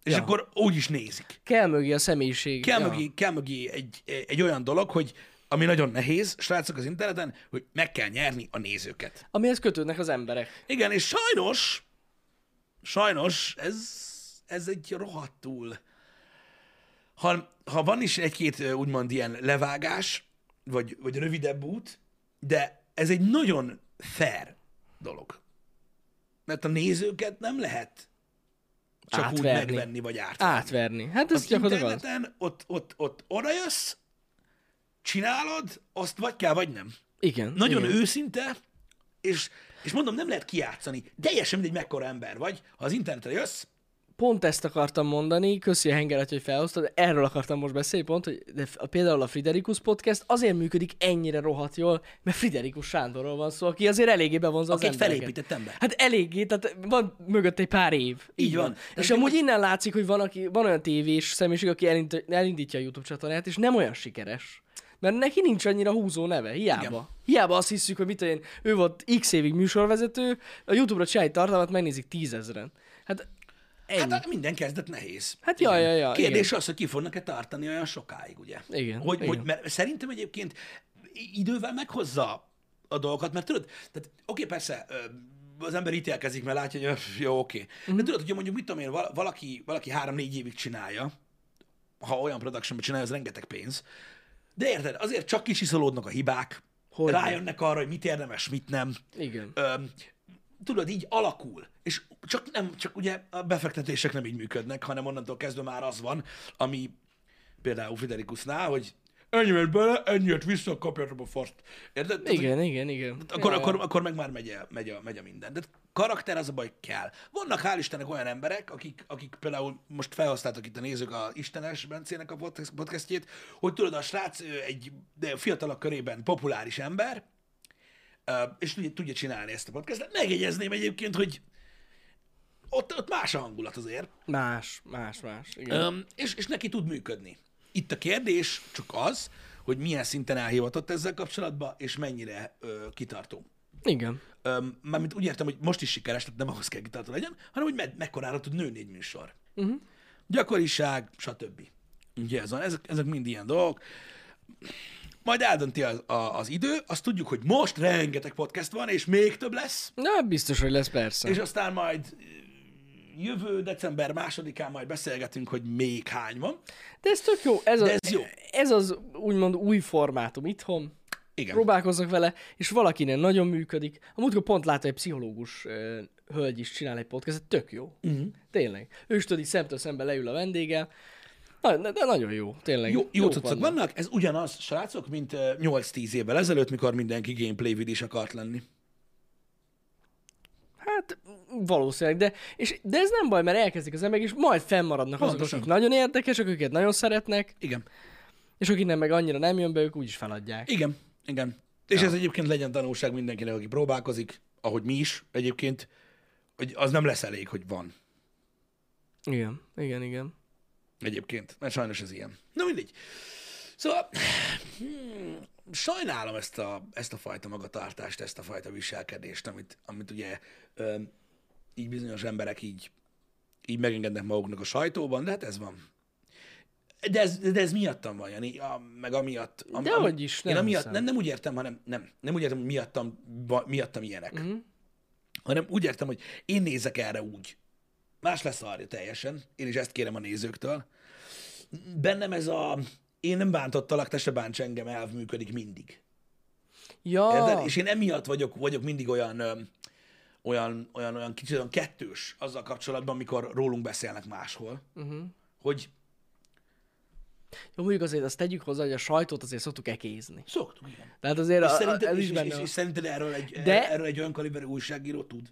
A: És
B: Ja.
A: akkor úgy is nézik
B: Kell mögé a személyiség.
A: kell,
B: ja.
A: ja. mögé, kell mögé egy, egy olyan dolog, hogy ami nagyon nehéz, srácok az interneten, hogy meg kell nyerni a nézőket.
B: Amihez kötődnek az emberek.
A: Igen, és sajnos, sajnos ez, ez egy rohadtul. Ha, ha van is egy-két ö, úgymond ilyen levágás, vagy, vagy rövidebb út, de ez egy nagyon fair dolog. Mert a nézőket nem lehet csak úgy
B: Átverni.
A: megvenni, vagy átvenni
B: Átverni. Hát ez
A: az
B: gyakorlatilag az.
A: interneten ott, ott, ott oda jössz, csinálod, azt vagy kell, vagy nem.
B: Igen.
A: Nagyon
B: igen.
A: Igen. őszinte, és, és mondom, nem lehet kiátszani. Teljesen mindegy, mekkora ember vagy. Ha az internetre jössz,
B: Pont ezt akartam mondani, köszi a hengeret, hogy felhoztad, de erről akartam most beszélni pont, hogy de f- például a Friderikus Podcast azért működik ennyire rohadt jól, mert Friderikus Sándorról van szó, aki azért eléggé bevonza
A: Aki
B: az
A: egy
B: embereket.
A: felépített ember.
B: Hát eléggé, tehát van mögött egy pár év.
A: Így van. Ez
B: És amúgy innen látszik, hogy van, aki, van olyan tévés személyiség, aki elint- elindítja a YouTube csatornát, és nem olyan sikeres. Mert neki nincs annyira húzó neve, hiába.
A: Igen.
B: Hiába azt hiszük, hogy mit én, ő volt x évig műsorvezető, a YouTube-ra csinál egy tartalmat, megnézik tízezren. Hát ennyi.
A: hát minden kezdet nehéz.
B: Hát ja,
A: Igen.
B: ja, ja,
A: Kérdés az, hogy ki fognak-e tartani olyan sokáig, ugye?
B: Igen,
A: Hogy,
B: igen.
A: Hogy, mert szerintem egyébként i- idővel meghozza a dolgokat, mert tudod, tehát oké, persze, ö, az ember ítélkezik, mert látja, hogy öf, jó, oké.
B: Mhm.
A: Mm-hmm. De tudod, hogyha mondjuk, mit tudom én, val- valaki, valaki három-négy évig csinálja, ha olyan productionban csinálja, az rengeteg pénz. De érted, azért csak kicsiszolódnak a hibák,
B: Hogyne.
A: rájönnek arra, hogy mit érdemes, mit nem
B: Igen.
A: öm, tudod, így alakul. És csak nem, csak ugye a befektetések nem így működnek, hanem onnantól kezdve már az van, ami például Friderikusnál, hogy ennyi megy bele, ennyi jött vissza, kapjátok a faszt. Érted? Tehát,
B: Igen, igen, igen.
A: hogy Akkor,
B: Ja,
A: akkor, akkor meg már megy a, megy, a, megy a minden. De karakter az a baj, kell. Vannak hál' Istennek olyan emberek, akik, akik például most felhasználtak itt a nézők a Istenes Bencének a podcast- podcastjét, hogy tudod, a srác ő egy de fiatalok körében populáris ember, Ö, és tudja, tudja csinálni ezt a podcastet. Megjegyezném egyébként, hogy ott, ott más a hangulat azért,
B: Más, más, más. Igen.
A: Öm, és, és neki tud működni. Itt a kérdés csak az, hogy hogy milyen szinten elhivatott ezzel kapcsolatban, és mennyire ö, kitartó.
B: Igen.
A: Öm, mármint úgy értem, hogy most is sikeres, tehát nem ahhoz kell kitartó legyen, hanem hogy me- mekkorára tud nőni egy műsor. Uh-huh.
B: Mhm.
A: Gyakoriság, stb. Ugye ez van, ezek, ezek mind ilyen dolgok. Majd eldönti az, a, az idő, azt tudjuk, hogy most rengeteg podcast van, és még több lesz,
B: Na, hát biztos, hogy lesz persze.
A: és aztán majd ö, jövő december másodikán majd beszélgetünk, hogy még hány van.
B: De ez tök jó. Ez, a,
A: De ez jó.
B: ez az úgymond új formátum itthon.
A: Igen.
B: Próbálkoznak vele, és valakinek nagyon működik. A múltkor pont láttam, egy pszichológus ö, hölgy is csinál egy podcastet, tök jó.
A: Mhm.
B: Uh-huh. Tényleg. Ő is tudod, így szemtől szembe leül a vendéggel. Na, de, de nagyon jó, tényleg.
A: Jó, jó
B: Jók
A: cuccok
B: vannak.
A: vannak. vannak, ez ugyanaz, srácok, mint ö, 8-10 évvel ezelőtt, mikor mindenki gameplay vid is akart lenni.
B: Hát valószínűleg, de, és, de ez nem baj, mert elkezdik az emberek, és majd fennmaradnak azok,
A: Pontosan.
B: akik nagyon érdekesek, akiket nagyon szeretnek,
A: Igen.
B: és akik nem meg annyira nem jön be, ők úgyis feladják.
A: Igen, igen. És ez egyébként legyen tanulság mindenkinek, aki próbálkozik, ahogy mi is egyébként, hogy az nem lesz elég, hogy van.
B: Igen, igen, igen.
A: Egyébként, mert sajnos ez ilyen. Na mindegy. Szóval, hmm, sajnálom ezt a, ezt a fajta magatartást, ezt a fajta viselkedést, amit, amit ugye öm, így bizonyos emberek így, így megengednek maguknak a sajtóban, de hát ez van. De ez, de ez miattam van, Jani, a, meg amiatt. Am,
B: De
A: am-
B: hogy is, nem
A: én amiatt,
B: hiszem.
A: nem, nem úgy értem, hanem nem, nem úgy értem, hogy miattam, ba, miattam ilyenek.
B: Mhm.
A: Uh-huh. Hanem úgy értem, hogy én nézek erre úgy. Más lesz arra teljesen. Én is ezt kérem a nézőktől bennem ez a én nem bántottalak, te se bánts engem, elv működik mindig.
B: Ja,
A: Érted? És én emiatt vagyok, vagyok mindig olyan, ö, olyan, olyan, olyan kicsit olyan kettős azzal kapcsolatban, amikor rólunk beszélnek máshol. Uh-huh.
B: Mhm.
A: Hogy
B: jó, mondjuk azért azt tegyük hozzá, hogy a sajtót azért szoktuk ekézni.
A: szoktuk, igen.
B: Tehát azért
A: És
B: a, a,
A: szerinted,
B: ez
A: és,
B: is
A: és,
B: benne
A: és, és
B: van.
A: szerinted erről egy,
B: De-
A: De... erről egy olyan kaliberű újságíró tud?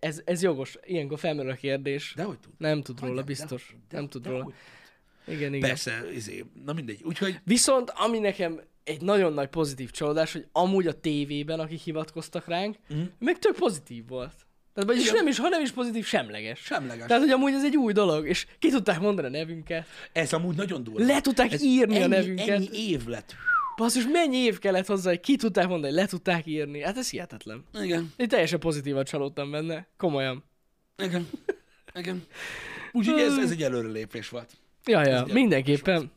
B: ez, ez jogos, ilyenkor felmerül a kérdés.
A: Dehogy tud.
B: Nem tud róla,
A: Hogyne,
B: biztos.
A: dehogy,
B: Nem tud
A: dehogy
B: róla.
A: tud.
B: Igen, igen.
A: Persze, izé, na mindegy. Úgyhogy
B: Viszont ami nekem egy nagyon nagy pozitív csalódás, hogy amúgy a tévében, akik hivatkoztak ránk,
A: Mhm.
B: uh-huh. meg tök pozitív volt. Tehát vagyis nem is, ha nem is pozitív, semleges.
A: Semleges.
B: Tehát, hogy amúgy ez egy új dolog, és ki tudták mondani a nevünket,
A: ez amúgy nagyon durva.
B: le tudták
A: Ez
B: írni a
A: ennyi,
B: nevünket.
A: Ennyi év lett.
B: Basszus, mennyi év kellett hozzá, hogy ki tudták mondani, le tudták írni. Hát ez hihetetlen.
A: Igen.
B: Én teljesen pozitívan csalódtam benne, komolyan.
A: Igen. Igen. Úgyhogy ez, ez egy előrelépés volt.
B: Ja, ja, mindenképpen.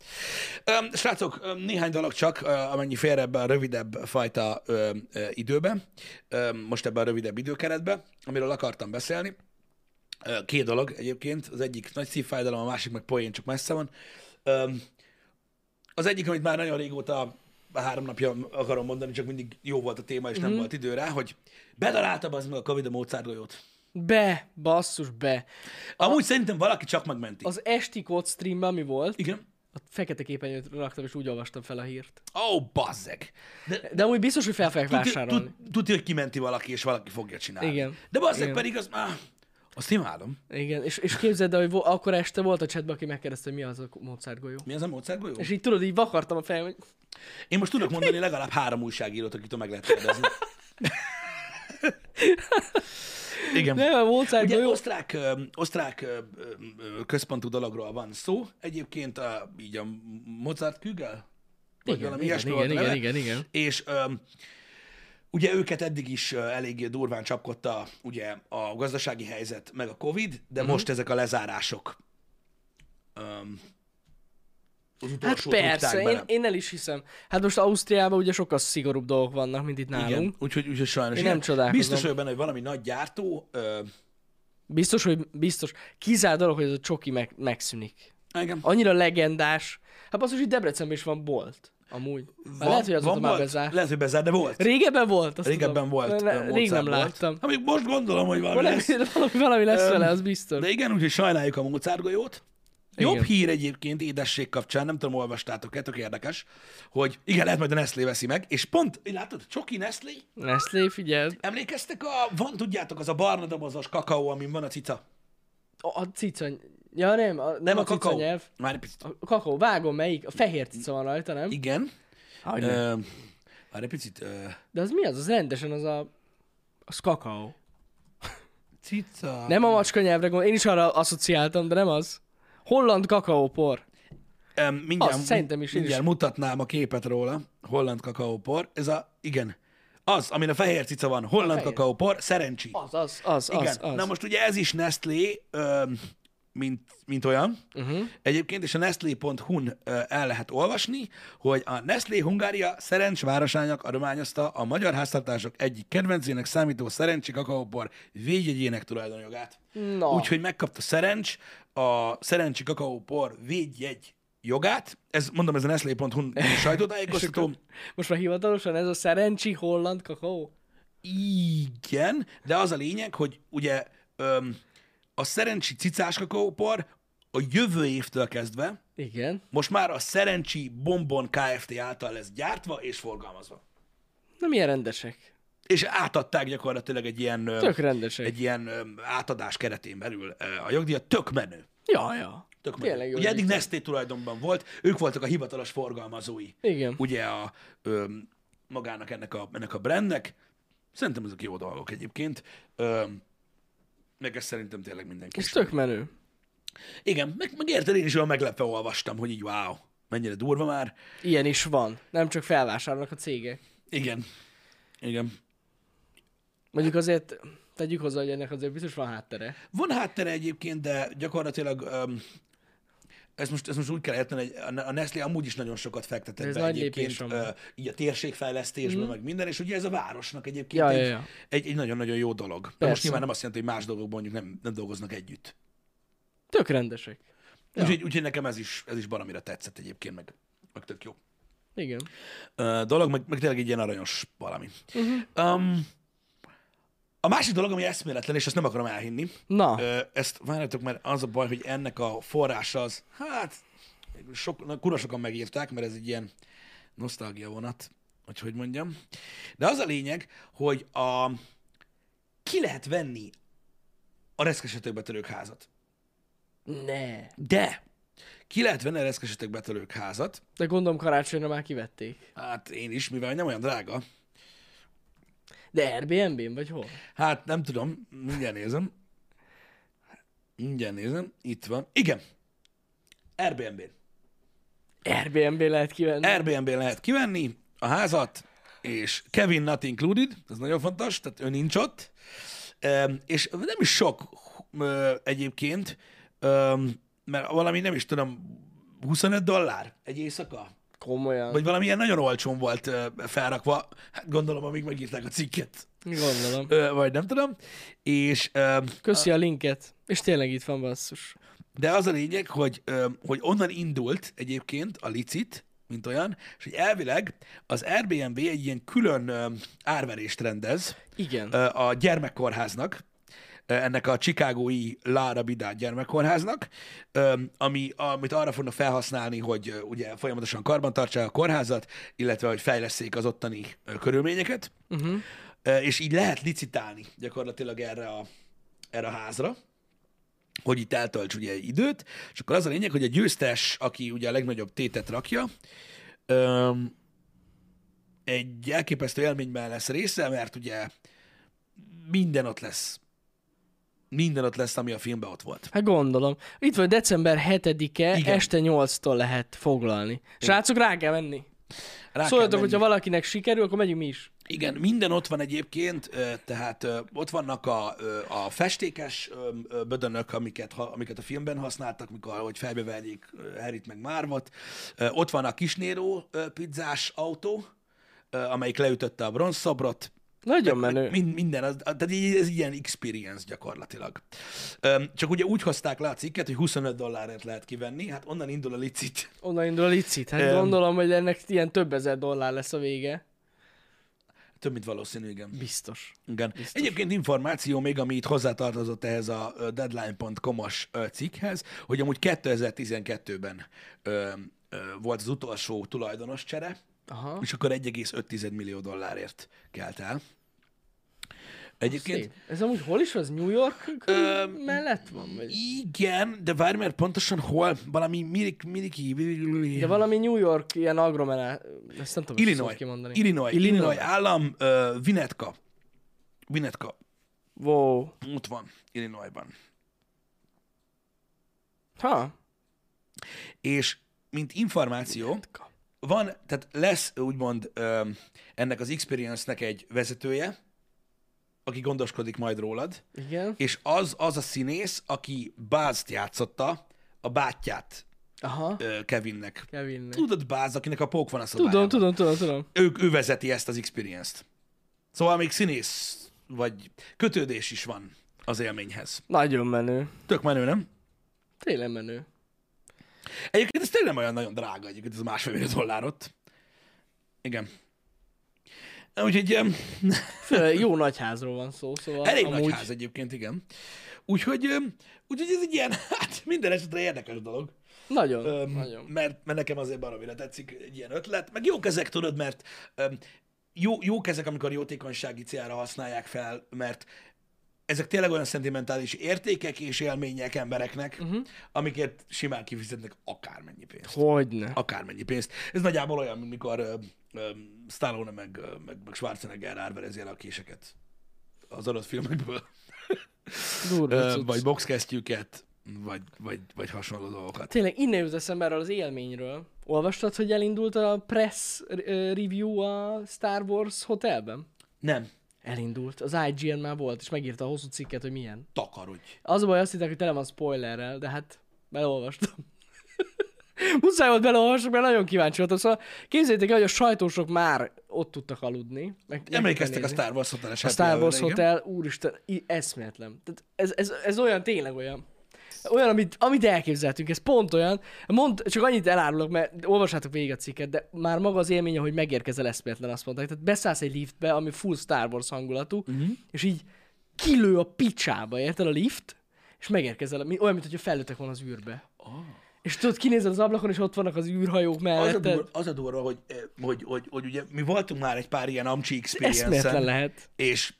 A: Öm, srácok, öm, néhány dolog csak, ö, amennyi fér ebbe a rövidebb fajta ö, ö, időbe, ö, most ebbe a rövidebb időkeretbe, amiről akartam beszélni. Ö, Két dolog egyébként, az egyik nagy szívfájdalom, a másik meg poén, csak messze van. Öm, Az egyik, amit már nagyon régóta, három napja akarom mondani, csak mindig jó volt a téma, és nem volt idő rá, hogy bedarálta az meg a Covid a módszárgolyót.
B: Be, basszus, be.
A: Amúgy szerintem valaki csak megmenti.
B: Az esti kód streamben mi volt,
A: Igen.
B: a fekete képernyőt raktam, és úgy olvastam fel a hírt.
A: Ó, oh, bazzeg. De
B: De amúgy biztos, hogy fel fogják
A: Tudja,
B: vásárolni.
A: tud- Tudja, hogy kimenti valaki, és valaki fogja csinálni.
B: Igen.
A: De bazzeg
B: Igen.
A: pedig az már... Azt imádom.
B: Igen, és, és képzeld el, hogy vo- akkor este volt a chatben, aki megkérdezte, hogy mi az a Mozart golyó.
A: Mi az a módszergolyó?
B: És így tudod, így vakartam a fejem, hogy
A: Én most tudok mondani legalább három újságírót, akitől meg lehet kérdezni. Igen.
B: nem, a Mozart
A: Ugye
B: golyó.
A: osztrák, ö, osztrák ö, ö, ö, központú dologról van szó. Egyébként a, így a Mozart Kügel? Vagy
B: Igen,
A: valami
B: igen,
A: ilyesmi
B: igen,
A: volt a
B: igen,
A: neve.
B: igen, igen.
A: És öm, ugye őket eddig is ö, eléggé durván csapkodta ugye a gazdasági helyzet, meg a Covid, de
B: Mhm.
A: most ezek a lezárások öm, az
B: Hát
A: utolsót
B: persze,
A: rúgták
B: én,
A: bele.
B: én el is hiszem. Hát most Ausztriában ugye sokkal szigorúbb dolgok vannak, mint itt nálunk.
A: Igen, úgyhogy, úgyhogy sajnos.
B: Én
A: igen.
B: nem csodálkozom.
A: Biztos vagyok benne, hogy valami nagy gyártó. Ö,
B: Biztos, hogy biztos. Kizár dolog, hogy ez a csoki meg, megszűnik.
A: igen.
B: Annyira legendás. Hát basszus, hogy Debrecenben is van bolt. Amúgy. Van, lehet, hogy azóta már
A: volt?
B: bezárt.
A: Lehet, hogy bezár, de volt.
B: Régebben volt, azt
A: Régebben
B: tudom.
A: volt.
B: Ne-
A: ö,
B: Rég nem
A: Mozart volt.
B: láttam.
A: Hát még most gondolom, hogy valami
B: Valami,
A: lesz.
B: valami, valami lesz
A: Öm,
B: vele, az biztos.
A: De igen, úgyhogy sajnáljuk a módszárgolyót.
B: Igen.
A: Jobb hír egyébként édesség kapcsán, nem tudom, olvastátok-e, tök érdekes, hogy igen, lehet majd a Nestlé veszi meg, és pont, látod, Csoki Nestlé,
B: Nestlé, figyeld.
A: emlékeztek a, van, tudjátok, az a barna dobozos kakaó, amin van a cica?
B: A, a cica... Ja nem, a, nem,
A: Nem
B: a,
A: a,
B: a cica
A: kakaó.
B: nyelv.
A: Már egy picit.
B: A kakó, vágom melyik? A fehér cica van rajta, nem?
A: Igen.
B: Hogy ne.
A: Ö, már egy picit. Ö,
B: De az mi az? Az rendesen az a... Az kakaó.
A: cica.
B: Nem a macska nyelvre gondolom. Én is arra asszociáltam, de nem az. Holland kakaópor.
A: Em, Mindjárt,
B: Azt szerintem is
A: mindjárt
B: is.
A: mutatnám a képet róla. Holland kakaópor. Ez a, igen, az, amin a fehér cica van. Holland
B: fehér.
A: kakaópor, szerencsi.
B: Az, az, az,
A: Igen.
B: az, az.
A: Na most ugye ez is Nestlé, öm, mint, mint olyan. Uh-huh. Egyébként, és a nestlé.hu-n ö, el lehet olvasni, hogy a Nestlé Hungária Szerencs városának adományozta a magyar háztartások egyik kedvencének számító szerencsi kakaóbor védjegyének tulajdonjogát.
B: Na.
A: Úgyhogy megkapta Szerencs a Szerencsi Kakaópor védjegy jogát. Ez, mondom, ez a Nestlé.hu-n sajtótájékoztató.
B: Most már hivatalosan ez a szerencsi holland kakaó?
A: Igen, de az a lényeg, hogy ugye öm, a szerencsi cicás kakaópor a jövő évtől kezdve
B: Igen.
A: most már a szerencsi bombon Kft. által lesz gyártva és forgalmazva.
B: Na milyen rendesek.
A: És átadták gyakorlatilag egy ilyen, öm,
B: Tök rendesek.
A: egy ilyen öm, átadás keretén belül ö, a jogdíjat. Tök menő.
B: Ja, ja.
A: Tök menő.
B: Tényleg jó.
A: ugye eddig
B: emlékszem.
A: Nestlé tulajdonban volt, ők voltak a hivatalos forgalmazói.
B: Igen.
A: ugye a, ö, magának ennek a, ennek a brandnek. Szerintem ezek jó dolgok egyébként. Ö, meg ezt szerintem tényleg mindenki.
B: Ez tök menő.
A: Igen, meg, meg érted, én is olyan meglepve olvastam, hogy így wow, mennyire durva már.
B: Ilyen is van. Nem csak felvásárolnak a cégek.
A: Igen. Igen.
B: Mondjuk azért tegyük hozzá, hogy ennek azért biztos van háttere.
A: Van háttere egyébként, de gyakorlatilag öm, ezt most, ezt most úgy kell érteni, hogy a- a Nestlé amúgy is nagyon sokat fektetett
B: Ez
A: be
B: nagy
A: egyébként,
B: lépés amúgy. Mhm.
A: ö, így a térségfejlesztésben, mm. meg minden, és ugye ez a városnak egyébként
B: Ja,
A: egy,
B: ja, ja.
A: Egy, egy nagyon-nagyon jó dolog. De most
B: Persze.
A: nyilván nem azt jelenti, hogy más dolgokban mondjuk nem, nem dolgoznak együtt.
B: Tök rendesek.
A: Ja. Úgyhogy, úgyhogy nekem ez is, ez is baromira tetszett egyébként, meg, meg tök jó
B: Igen.
A: ö, dolog, meg, meg tényleg egy ilyen aranyos valami.
B: Mhm.
A: Uh-huh. Um, a másik dolog, ami eszméletlen, és ezt nem akarom elhinni,
B: Na,
A: Ö, ezt várjátok, mert az a baj, hogy ennek a forrása az, hát, sok, na, kurva sokan megírták, mert ez egy ilyen nosztalgia vonat, hogy hogy mondjam. De az a lényeg, hogy a, ki lehet venni a reszkesetők betörők házat.
B: ne.
A: De ki lehet venni a reszkesetők betörők házat,
B: De gondolom karácsonyra már kivették.
A: hát én is, mivel nem olyan drága.
B: De Airbnb-n vagy hol?
A: Hát nem tudom, mindjárt nézem. Mindjárt nézem, itt van. Igen, Airbnb-n.
B: Airbnb lehet kivenni.
A: Airbnb lehet kivenni a házat, és Kevin not included, ez nagyon fontos, tehát ő nincs ott, Öm, és nem is sok ö, egyébként, öm, mert valami nem is tudom, 25 dollár egy éjszaka?
B: Komolyan.
A: Vagy valamilyen nagyon olcsón volt ö, felrakva, hát gondolom, amíg megírták a cikket,
B: Gondolom.
A: ö, vagy nem tudom, és öm,
B: Köszi a linket. És tényleg itt van basszus.
A: De az a lényeg, hogy, öm, hogy onnan indult egyébként a licit, mint olyan, és hogy elvileg az Airbnb egy ilyen külön öm, árverést rendez
B: Igen.
A: ö, a gyermekkórháznak, ö, ennek a chicagói Lara Bidát gyermekkórháznak, öm, ami, amit arra fognak felhasználni, hogy ö, ugye folyamatosan karbantartsák a kórházat, illetve hogy fejleszék az ottani ö, körülményeket, uh-huh. és így lehet licitálni gyakorlatilag erre a, erre a házra hogy itt eltölts ugye időt, és akkor az a lényeg, hogy a győztes, aki ugye a legnagyobb tétet rakja, öm, egy elképesztő élményben lesz része, mert ugye minden ott lesz. Minden ott lesz, ami a filmben ott volt.
B: Hát gondolom. Itt van december 7-e,
A: Igen.
B: este 8-tól lehet foglalni. Srácok, rá kell menni.
A: Rá
B: Szóljatok,
A: kell menni.
B: hogyha valakinek sikerül, akkor megyünk mi is.
A: Igen, minden ott van egyébként, ö, tehát ö, ott vannak a, ö, a festékes ö, ö, bödönök, amiket, ha- amiket a filmben használtak, mikor hogy felbeverjék ö, Harryt meg Márvot. Ö, Ott van a kisnéró ö, pizzás autó, ö, amelyik leütötte a bronzszobrot.
B: Nagyon menő.
A: Mind, minden, az, tehát így, ez ilyen experience gyakorlatilag. Öm, Csak ugye úgy hozták le a cikket, hogy 25 dollárért lehet kivenni, hát onnan indul a licit.
B: Onnan indul a licit. Hát
A: Öm.
B: gondolom, hogy ennek ilyen több ezer dollár lesz a vége.
A: Több, mint valószínű, igen.
B: Biztos.
A: Igen. Biztos. Egyébként információ még, ami itt hozzátartozott ehhez a ö, deadline.com-as ö, cikkhez, hogy amúgy 2012-ben ö, ö, volt az utolsó tulajdonos csere,
B: Aha.
A: és akkor 1,5 millió dollárért kelt el. Egyébként
B: Szép. Ez amúgy hol is az? New York
A: Ö,
B: mellett van? Vagy?
A: igen, de várj, mert pontosan hol, valami mirik, miriki,
B: De valami New York ilyen agromená... Ezt nem tudom, hogy
A: Illinois,
B: szót kimondani.
A: Illinois, Illinois állam, ö, Winnetka, Winnetka,
B: Wow.
A: ott van, Illinoisban.
B: Ha.
A: és mint információ, van, tehát lesz úgymond ö, ennek az experience-nek egy vezetője, aki gondoskodik majd rólad,
B: Igen.
A: és az az a színész, aki Bázt játszotta, a bátyját
B: Aha.
A: ö, Kevinnek.
B: Kevinnek.
A: Tudod Báz, akinek a pók van a szobájában?
B: Tudom, tudom, tudom, tudom.
A: Ők, ő vezeti ezt az experience-t. Szóval még színész, vagy kötődés is van az élményhez.
B: Nagyon menő.
A: Tök menő, nem?
B: Tényleg menő.
A: Egyébként ez tényleg nem olyan nagyon drága, egyébként ez másfél millió dollár ott. Igen. Na, Úgyhogy em,
B: Főleg jó nagyházról van szó, szóval
A: elég
B: amúgy...
A: nagy ház egyébként, igen. Úgyhogy, em, úgyhogy ez egy ilyen, hát minden esetre érdekes dolog.
B: Nagyon,
A: Öm,
B: nagyon.
A: Mert, mert nekem azért baromira tetszik egy ilyen ötlet. Meg jó kezek, tudod, mert öm, jó, jó kezek, amikor jótékonysági célra használják fel, mert ezek tényleg olyan szentimentális értékek és élmények embereknek,
B: Mhm.
A: uh-huh. amiket simán kifizetnek akármennyi pénzt.
B: Hogyne.
A: akármennyi pénzt. Ez nagyjából olyan, mint mikor ö, ö, Stallone meg, ö, meg, meg Schwarzenegger árverezi el a késeket az adott filmekből,
B: Durva
A: ö,
B: cucc.
A: vagy boxkesztyűket, vagy, vagy, vagy hasonló dolgokat.
B: Tényleg innen jut eszembe erről az élményről. Olvastad, hogy elindult a press ö, review a Star Wars hotelben?
A: Nem,
B: Elindult. Az IGN már volt, és megírta a hosszú cikket, hogy milyen.
A: takarodj.
B: Az a baj, azt hittek, hogy tele van spoilerrel, de hát belolvastam. Muszáj volt belolvasok, mert nagyon kíváncsi voltam. Szóval képzeljétek el, hogy a sajtósok már ott tudtak aludni. Meg,
A: Emlékeztek a
B: nézni.
A: Star Wars Hotel
B: A Star Wars Hotel, úristen, i- eszméletlen. Tehát ez, ez, ez olyan, tényleg olyan. Olyan, amit, amit elképzeltünk, ez pont olyan. Mond, csak annyit elárulok, mert olvassátok végig a cikket, de már maga az élmény, hogy megérkezel eszméletlen, azt mondták. Tehát beszállsz egy liftbe, ami full Star Wars hangulatú,
A: Mhm.
B: uh-huh. és így kilő a picsába, érted a lift, és megérkezel, mi- olyan, mintha felőttek volna az űrbe. Oh. És tudod, kinézel az ablakon, és ott vannak az űrhajók
A: Ah. Az a,
B: mellett.
A: durva, az a durva, hogy, eh, hogy, hogy, hogy ugye mi voltunk már egy pár ilyen amcsi
B: Eszméletlen
A: experience
B: lehet.
A: és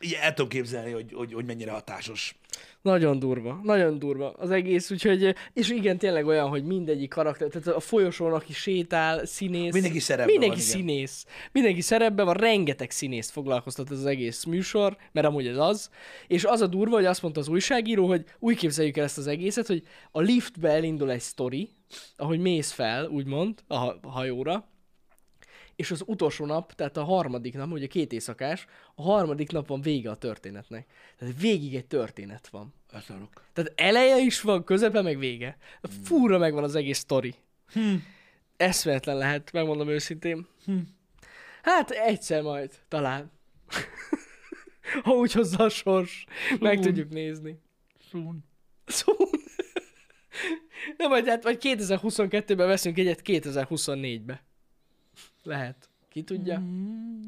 A: így el tudom képzelni, hogy, hogy, hogy mennyire hatásos.
B: Nagyon durva, nagyon durva az egész, úgyhogy, és igen, tényleg olyan, hogy mindegyik karakter, tehát a folyosón, aki sétál, színész.
A: Mindenki szerepben
B: Mindenki
A: van, igen.
B: színész. Mindenki szerepben van, rengeteg színészt foglalkoztat ez az egész műsor, mert amúgy ez az. És az a durva, hogy azt mondta az újságíró, hogy úgy képzeljük el ezt az egészet, hogy a liftbe elindul egy sztori, ahogy mész fel, úgymond, a ha- a hajóra, és az utolsó nap, tehát a harmadik nap, ugye két éjszakás, a harmadik nap van vége a történetnek. Tehát végig egy történet van.
A: Akarok.
B: Tehát eleje is van, közepe, meg vége.
A: Hmm.
B: Fúra megvan az egész sztori. Eszméletlen lehet, megmondom őszintén.
A: Hmm.
B: Hát egyszer majd, talán. ha úgy hozza a sors, meg tudjuk nézni.
A: Soon.
B: Szóval... Nem, vagy, hát, vagy 2022-ben veszünk egyet 2024-be. Lehet. Ki tudja?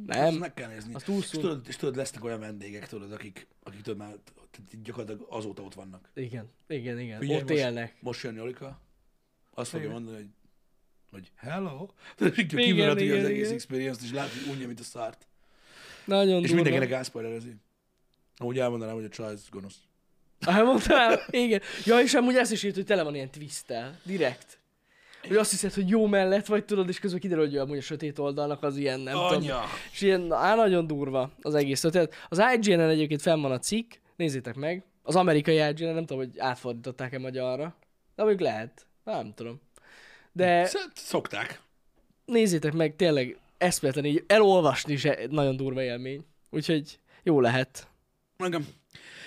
A: Azt
B: Nem.
A: meg kell nézni.
B: Azt túl
A: és,
B: szúr.
A: tudod, és tudod, lesznek olyan vendégek, tudod, akik, akik tudod már tehát így gyakorlatilag azóta ott vannak.
B: Igen, igen, igen.
A: Figyelj,
B: Ott
A: most-
B: élnek.
A: Most jön Jolika, azt fogja
B: Igen.
A: mondani, hogy, hogy hello. Tudod, így kimarad
B: igen,
A: ugye az egész
B: igen.
A: experience és látod, hogy unja, mint a szárt.
B: Nagyon
A: És
B: durva.
A: mindenkinek áspoilerezi. Amúgy elmondanám, hogy a csaj ez gonosz.
B: Elmondtál? hát Igen. Ja, és amúgy ezt is írt, hogy tele van ilyen twisttel. Direkt. Hogy azt hiszed, hogy jó mellett vagy, tudod, és közben kiderül, hogy ő amúgy a sötét oldalnak az ilyen, nem tudom.
A: Anya!
B: És ilyen, na, á, nagyon durva az egész történet. Az IGN-en egyébként fenn van a cikk, nézzétek meg. Az amerikai IGN-en, nem tudom, hogy átfordították-e magyarra. De mondjuk lehet. Nem tudom. De
A: Sz- Szóval Szokták.
B: nézzétek meg, tényleg eszméletlen így elolvasni is egy nagyon durva élmény. Úgyhogy jó lehet.
A: Engem.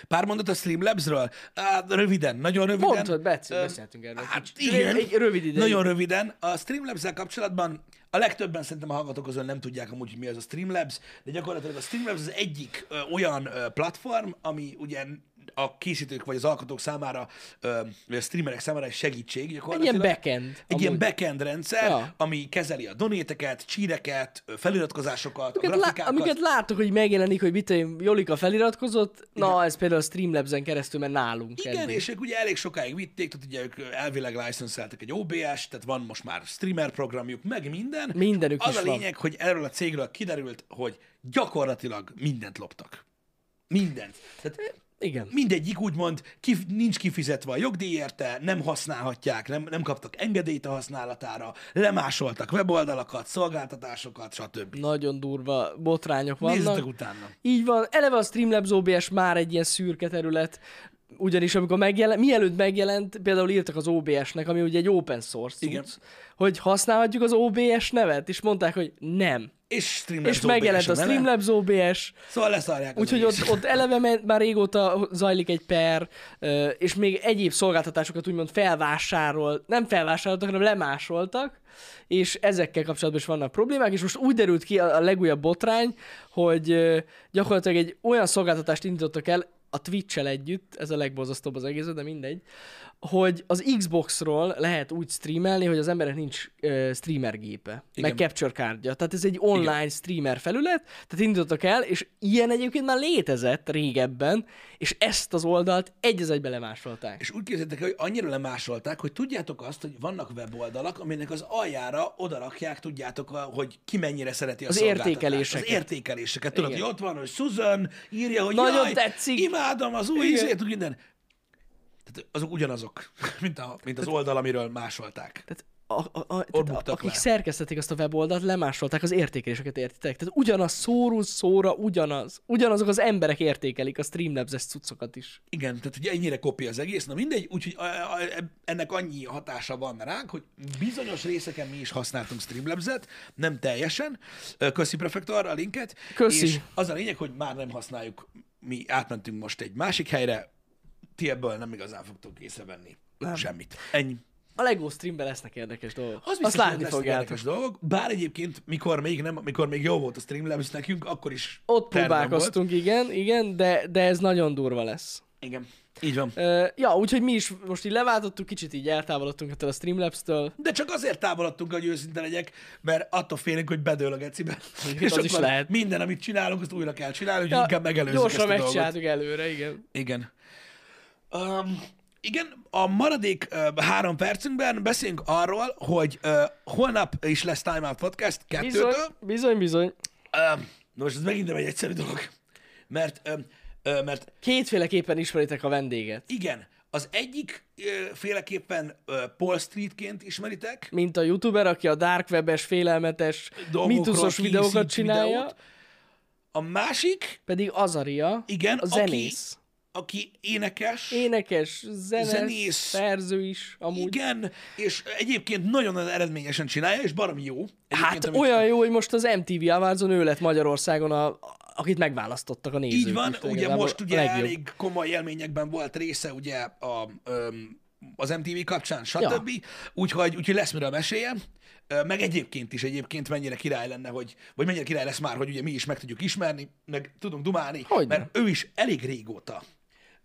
A: Pár mondat a Streamlabsről? Á, röviden, nagyon röviden.
B: Mondd, hogy Beci,
A: Öm,
B: beszéltünk erről.
A: Hát
B: kicsit.
A: igen.
B: Egy, egy rövid ideig.
A: Nagyon röviden. A streamlabs kapcsolatban a legtöbben szerintem a hallgatók közül nem tudják amúgy, hogy mi az a Streamlabs, de gyakorlatilag a Streamlabs az egyik ö, olyan ö, platform, ami ugye a készítők vagy az alkotók számára, ö, vagy a streamerek számára egy segítség
B: Egy ilyen
A: gyakorlatilag.
B: backend.
A: Egy ilyen
B: amúgy.
A: backend rendszer,
B: Ja.
A: ami kezeli a donéteket, csíreket, ö, feliratkozásokat, a
B: amiket, lá-
A: grafikákat.
B: amiket látok, hogy megjelenik, hogy mit tudom, Jolika feliratkozott, na ez például a Streamlabs-en keresztül, mert nálunk
A: Igen,
B: eddig.
A: és ők ugye elég sokáig vitték, tehát ugye ők elvileg licenszeltek egy OBS, tehát van most már streamer programjuk, meg minden.
B: Mindenük
A: Az
B: is
A: a
B: van.
A: lényeg, hogy erről a cégről kiderült, hogy gyakorlatilag mindent loptak. Mindent. Tehát
B: Igen.
A: mindegyik úgymond kif- nincs kifizetve a jogdíj érte, nem használhatják, nem, nem kaptak engedélyt a használatára, lemásoltak weboldalakat, szolgáltatásokat, stb.
B: Nagyon durva botrányok vannak.
A: Nézzetek utána.
B: Így van, eleve a Streamlabs OBS már egy ilyen szürke terület, ugyanis amikor megjelent, mielőtt megjelent, például írtak az OBS-nek, ami ugye egy open source
A: Igen.
B: cucc, hogy használhatjuk az OBS nevet, és mondták, hogy nem.
A: És Streamlabs
B: És megjelent a
A: OBS-en vele.
B: Streamlabs OBS,
A: Szóval leszarják az
B: Úgyhogy
A: egész.
B: ott, ott eleve men- már régóta zajlik egy per, ö, és még egyéb szolgáltatásokat úgymond felvásárol, nem felvásároltak, hanem lemásoltak, és ezekkel kapcsolatban is vannak problémák, és most úgy derült ki a, a legújabb botrány, hogy ö, gyakorlatilag egy olyan szolgáltatást indítottak el, a Twitch-el együtt, ez a legbozasztóbb az egész, de mindegy, hogy az Xbox-ról lehet úgy streamelni, hogy az emberek nincs ö, streamer gépe,
A: Igen.
B: meg capture kártya. Tehát ez egy online online streamer felület, tehát indítottak el, és ilyen egyébként már létezett régebben, és ezt az oldalt egy az egybe lemásolták.
A: És úgy képzeljétek el, hogy annyira lemásolták, hogy tudjátok azt, hogy vannak weboldalak, aminek az aljára odarakják, tudjátok, a- hogy ki mennyire szereti a
B: Az
A: szolgáltatást.
B: értékeléseket.
A: Az értékeléseket. Tudod,
B: Igen.
A: hogy ott van, hogy Susan írja, hogy
B: Nagyon
A: jaj,
B: tetszik.
A: imádom az új
B: Igen.
A: izét, úgy minden. Tehát azok ugyanazok, mint, a, mint az oldal, amiről másolták.
B: Tehát a, a, a,
A: Ott
B: tehát a,
A: buktak
B: akik
A: le.
B: szerkesztették azt a weboldalt, lemásolták az értékeléseket, értitek? Tehát ugyanaz szóról szóra ugyanaz. Ugyanazok az emberek értékelik a Streamlabs-es cuccokat is.
A: Igen, tehát ugye ennyire kopi az egész, na mindegy, úgyhogy a- a- e- ennek annyi hatása van ránk, hogy bizonyos részeken mi is használtunk Streamlabs-et, nem teljesen. Ö, Köszi prefektor a linket.
B: Köszi.
A: És az a lényeg, hogy már nem használjuk, mi átmentünk most egy másik helyre, ti ebből nem igazán fogtok észrevenni nem. semmit. Ennyi.
B: A LEGO streamben lesznek érdekes dolgok.
A: Az biztos,
B: azt látni
A: hogy lesznek
B: fogjátok.
A: érdekes dolgok, bár egyébként, mikor még, nem, mikor még jó volt a Streamlabs nekünk, akkor is
B: Ott
A: tervem volt.
B: próbálkoztunk, igen, igen, de, de ez nagyon durva lesz.
A: Igen, így van.
B: Ö, ja, úgyhogy mi is most így leváltottuk, kicsit így eltávolodtunk ettől a Streamlabs-től.
A: De csak azért távolodtunk, hogy őszinte legyek, mert attól félünk, hogy bedől a gecibe.
B: az is lehet.
A: minden, amit csinálunk, azt újra kell csinálni, hogy inkább megelőzzük ezt
B: Gyorsan
A: a dolgot. Hát,
B: megcsináltuk előre, igen.
A: Igen. Um, igen, a maradék uh, három percünkben beszélünk arról, hogy uh, holnap is lesz Time Out Podcast kettőtől.
B: Bizony, bizony, bizony.
A: Um, na most ez megint nem egy egyszerű dolog. Mert, um, uh, mert
B: Kétféleképpen ismeritek a vendéget.
A: igen, az egyik uh, féleképpen uh, Paul Streetként ismeritek,
B: Mint a youtuber, aki a dark webes, félelmetes,
A: Dolgokról
B: mituszos videókat
A: készít
B: csinálja,
A: videót. a másik
B: pedig Azaria,
A: Igen,
B: a
A: aki-
B: zenész.
A: aki énekes,
B: Énekes, zenes,
A: Zenész.
B: zenész, szerző is amúgy.
A: igen, és egyébként nagyon-nagyon eredményesen csinálja, és baromi jó. Egyébként,
B: Hát
A: amit-
B: olyan jó, hogy most az MTV Awards-on ő lett Magyarországon, a, akit megválasztottak a nézők.
A: Így van,
B: is,
A: ugye
B: igazából
A: most
B: a
A: ugye
B: legjobb.
A: elég komoly élményekben volt része ugye a, öm, az MTV kapcsán, stb. Ja. Úgyhogy, úgyhogy lesz miről meséljem. Ö, Meg egyébként is egyébként mennyire király lenne, hogy, vagy mennyire király lesz már, hogy ugye mi is meg tudjuk ismerni, meg tudunk dumálni,
B: Hogyne.
A: mert ő is elég régóta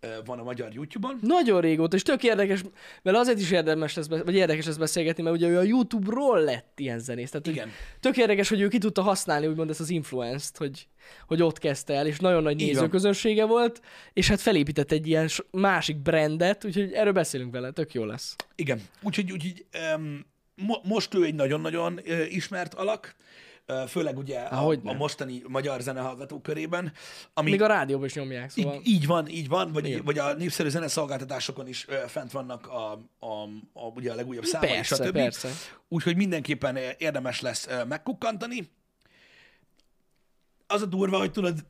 A: ö, van a magyar YouTube-on.
B: Nagyon régóta, és tök érdekes, mert azért is érdemes lesz, be- vagy érdekes lesz beszélgetni, mert ugye ő a YouTube-ról lett ilyen zenész. Tehát, hogy
A: Igen.
B: Tök érdekes, hogy ő ki tudta használni úgymond ezt az influenzt, hogy, hogy ott kezdte el, és nagyon nagy
A: Így van.
B: nézőközönsége volt, és hát felépített egy ilyen s- másik brandet, úgyhogy erről beszélünk vele, tök jó lesz.
A: Igen. Úgyhogy, úgyhogy um, mo- most ő egy nagyon-nagyon ö, ismert alak, ö, főleg ugye a,
B: hogyne.
A: a mostani magyar zenehallgatók körében, ami
B: Még a rádióban is nyomják,
A: így,
B: szóval.
A: így van, így van, vagy, vagy a népszerű zeneszolgáltatásokon is ö, fent vannak a, a, a, ugye a legújabb számai,
B: Persze,
A: stb.
B: persze.
A: Úgyhogy mindenképpen ö, érdemes lesz ö, megkukkantani. Az a durva, hogy tudod,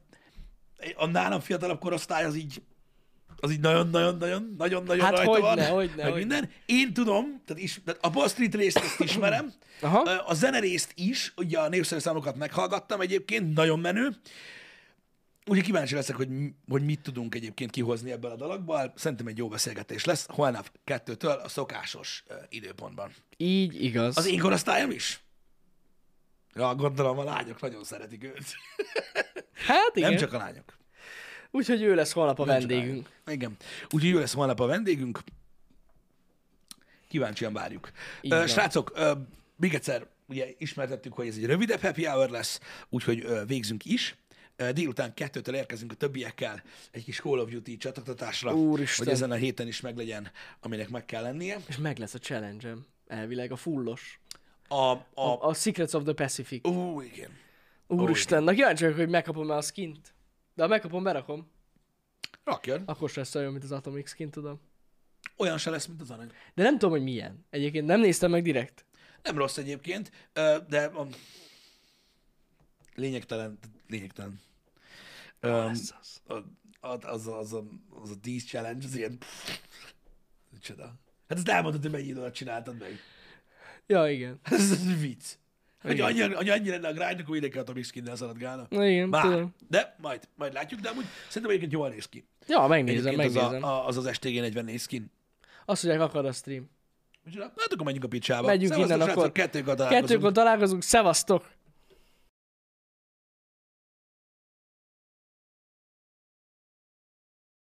A: a nálam fiatalabb korosztály az így az így nagyon-nagyon-nagyon, nagyon-nagyon
B: Hát
A: rajta
B: hogyne,
A: van.
B: hogyne,
A: meg
B: hogyne.
A: minden. Én tudom, tehát, is, tehát a Wall Street részt ezt ismerem,
B: Aha.
A: Ö, a zene részt is, ugye a népszerű számokat meghallgattam egyébként, nagyon menő. Ugye kíváncsi leszek, hogy, mi- hogy mit tudunk egyébként kihozni ebből a dologból. Szerintem egy jó beszélgetés lesz holnap kettőtől a szokásos ö, időpontban.
B: Így igaz.
A: Az én korosztályom is? Ja, gondolom a lányok nagyon szeretik őt.
B: Hát igen.
A: Nem csak a lányok.
B: Úgyhogy ő lesz holnap a
A: Nem csak a
B: vendégünk.
A: lányok. Igen. Úgyhogy jó lesz holnap a vendégünk. Kíváncsian várjuk.
B: Így
A: Ö,
B: van.
A: srácok, ö, még egyszer ugye ismertettük, hogy ez egy rövidebb happy hour lesz, úgyhogy ö, végzünk is. Ö, Délután kettőtől érkezünk a többiekkel egy kis Call of Duty csatatásra,
B: Úristen.
A: hogy ezen a héten is meglegyen, aminek meg kell lennie.
B: És meg lesz a challenge elvileg, a fullos.
A: A, a, a...
B: A Secrets of the Pacific.
A: Ú, igen.
B: Úristen, na kíváncsi vagyok, hogy megkapom-e a skint. De ha megkapom, berakom.
A: Rakjon.
B: Akkor se lesz olyan, mint az Atomic skin, tudom.
A: Olyan se lesz, mint az arany.
B: De nem tudom, hogy milyen. Egyébként nem néztem meg direkt.
A: Nem rossz egyébként, ö, de a... lényegtelen, lényegtelen. Öm,
B: Ah, Ez az.
A: a- az, az, a- az, a, az a 10 challenge, az ilyen... Csoda. Hát ezt elmondod, hogy mennyi idő alatt csináltad meg.
B: Ja, igen.
A: Hát ez, ez vicc. Hogy
B: Igen.
A: annyira, hogy annyira lenne a grind, akkor mindenki a Mix Kinnel szaladgálna.
B: Na igen,
A: Bár,
B: tudom.
A: de majd, majd látjuk, de amúgy szerintem egyébként jól néz ki.
B: Ja, megnézem,
A: Egyébként az,
B: megnézem.
A: a, a, az az STG 40 néz ki.
B: Azt mondják, akar a stream.
A: Mit csinál? Hát akkor menjünk a picsába.
B: Megyünk innen
A: srácok,
B: akkor.
A: Kettőkor találkozunk.
B: Kettőkor találkozunk, szevasztok!